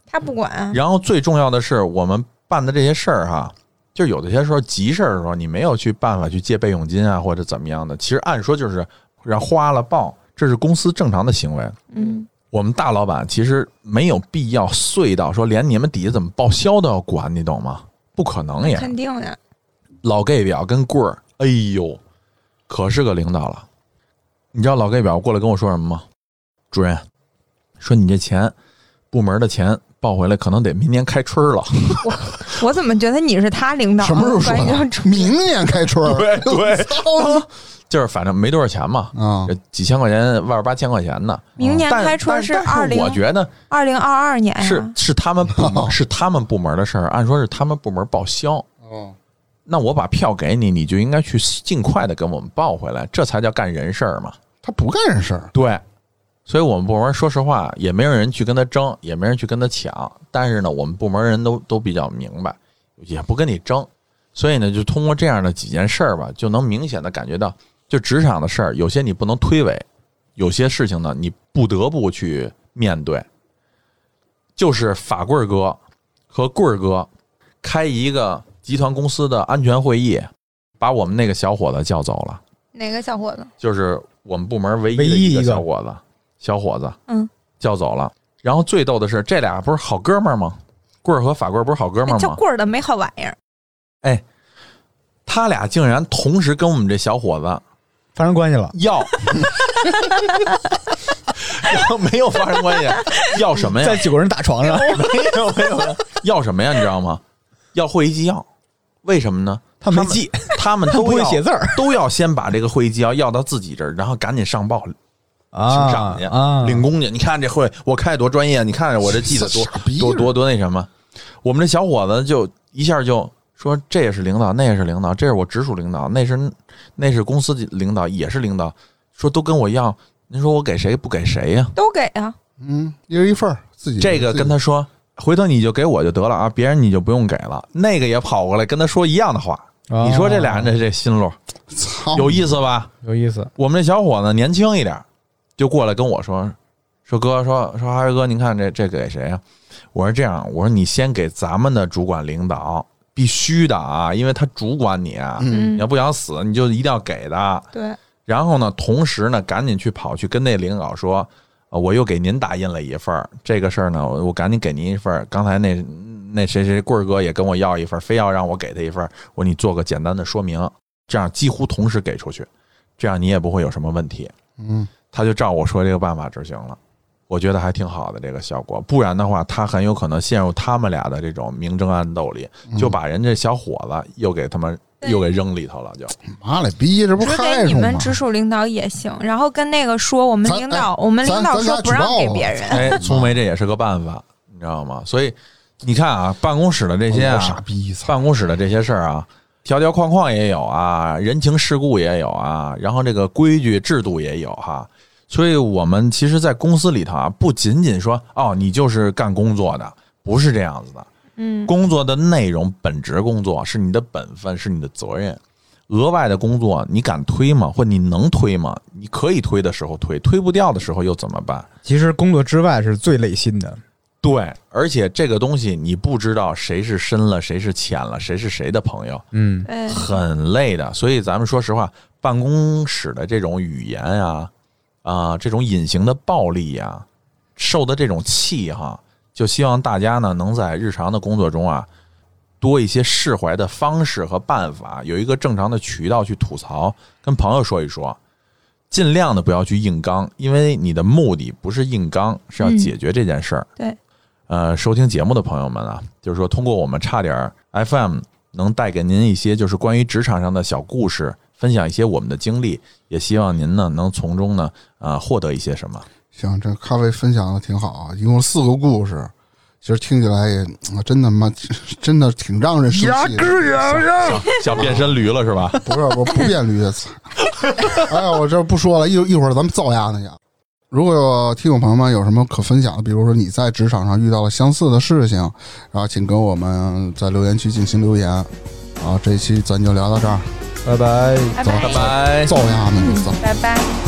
他不管。啊
然后最重要的是，我们办的这些事儿哈，就有的些时候急事儿的时候，你没有去办法去借备用金啊，或者怎么样的。其实按说就是让花了报，这是公司正常的行为。
嗯，
我们大老板其实没有必要碎到说连你们底下怎么报销都要管，你懂吗？不可能也
肯定的。
老 gay 表跟棍儿，哎呦，可是个领导了。你知道老 gay 表过来跟我说什么吗？主任说你这钱，部门的钱报回来可能得明年开春儿了。
我怎么觉得你是他领导？啊
什么时候说
管你叫
的？
主
明年开春儿，
对 对
操
就是反正没多少钱嘛，
啊！
这几千块钱、万八千块钱的。
哦
明年
但
开春
但但
二零
我觉得
二零二二年呀啊
是是他们部门是他们部门的事儿，按说是他们部门报销。
哦，
那我把票给你，你就应该去尽快的跟我们报回来，这才叫干人事儿嘛。
他不干这事儿，
对，所以我们部门说实话也没有人去跟他争，也没人去跟他抢。但是呢，我们部门人都都比较明白，也不跟你争。所以呢，就通过这样的几件事儿吧，就能明显的感觉到，就职场的事儿，有些你不能推诿，有些事情呢，你不得不去面对。就是法棍儿哥和棍儿哥开一个集团公司的安全会议，把我们那个小伙子叫走了。
哪个小伙子？
就是我们部门唯一的
唯一
一个
一个
小伙子，小伙子，
嗯，
叫走了。然后最逗的是，这俩不是好哥们儿吗？棍儿和法棍儿不是好哥们
那
儿
哎叫
吗？
棍儿的没好玩意儿。
他俩竟然同时跟我们这小伙子
发生关系 了，
要， 然后没有发生关 系，要什么呀
在？九个人大床上，
没有没有，要什么呀？你知道吗？要会议纪要，为什么呢？
他没记，
他们
他
都
不会
要
写字儿
都要先把这个会议纪要要到自己这儿，然后赶紧上 报请上去
啊，
领工去。你看这会我开得多专业，你看我这记得多
傻逼
多多多那什么。我们这小伙子就一下就说，这也是领导，那也是领导，这是我直属领导，那是那是公司领导，也是领导，说都跟我要。您说我给谁不给谁呀、
都给啊，
嗯，一人一份儿，自己
这个跟他说，回头你就给我就得了啊，别人你就不用给了。那个也跑过来跟他说一样的话。
哦
你说这俩人这这心路
自己操
有意思吧？
有意思，
我们这小伙子年轻一点儿，就过来跟我说：“说哥，说说哈维哥，您看这这给谁呀、我说：“这样，我说你先给咱们的主管领导，必须的啊，因为他主管你啊，
嗯
你要不想死，你就一定要给的。
对，
然后呢，同时呢，赶紧去跑去跟那领导说。”呃我又给您打印了一份儿，这个事儿呢，我我赶紧给您一份儿。刚才那那谁谁棍儿哥也跟我要一份儿，非要让我给他一份儿。我说你做个简单的说明，这样几乎同时给出去，这样你也不会有什么问题。
嗯，
他就照我说这个办法执行了，我觉得还挺好的这个效果。不然的话，他很有可能陷入他们俩的这种明争暗斗里，就把人这小伙子又给他们
对
又给扔里头了。就
妈了逼，这不
只
害
给你
虫
们
吗？
直属领导也行，然后跟那个说我们
咱
领导，我们领导
咱咱
说
俩
不让
举报
给
了
别人，
哎，聪梅这也是个办法，你知道吗？所以你看啊，办公室的这些
哎我傻
啊，
逼，操！
办公室的这些事儿啊。条条框框也有啊，人情世故也有啊，然后这个规矩制度也有哈、所以我们其实，在公司里头啊，不仅仅说哦，你就是干工作的，不是这样子的。
嗯，
工作的内容、本职工作是你的本分，是你的责任。额外的工作，你敢推吗？或你能推吗？你可以推的时候推，推不掉的时候又怎么办？
其实工作之外是最累心的，
对，而且这个东西你不知道谁是深了，谁是浅了，谁是谁的朋友，
嗯，
哎，
很累的。所以咱们说实话，办公室的这种语言啊，啊、这种隐形的暴力啊，受的这种气哈、就希望大家呢能在日常的工作中啊，多一些释怀的方式和办法，有一个正常的渠道去吐槽，跟朋友说一说。尽量的不要去硬刚，因为你的目的不是硬刚，是要
嗯
解决这件事儿、
对，
呃，收听节目的朋友们啊，就是说通过我们差点儿 FM 能带给您一些就是关于职场上的小故事，分享一些我们的经历，也希望您呢能从中呢啊、呃获得一些什么。
行，这咖啡分享的挺好啊，一共四个故事，其实听起来也嗯真的妈真的挺让人生气的。
小变身驴了是吧？
不是，我不变驴，操！ 哎呀，我这不说了，一一会儿咱们造鸭那去。如果有听众朋友们有什么可分享的，比如说你在职场上遇到了相似的事情，然后请跟我们在留言区进行留言。然后这一期咱就聊到这儿，
拜拜。
拜
走
拜，
拜。
造鸭呢就
嗯
造。
拜拜。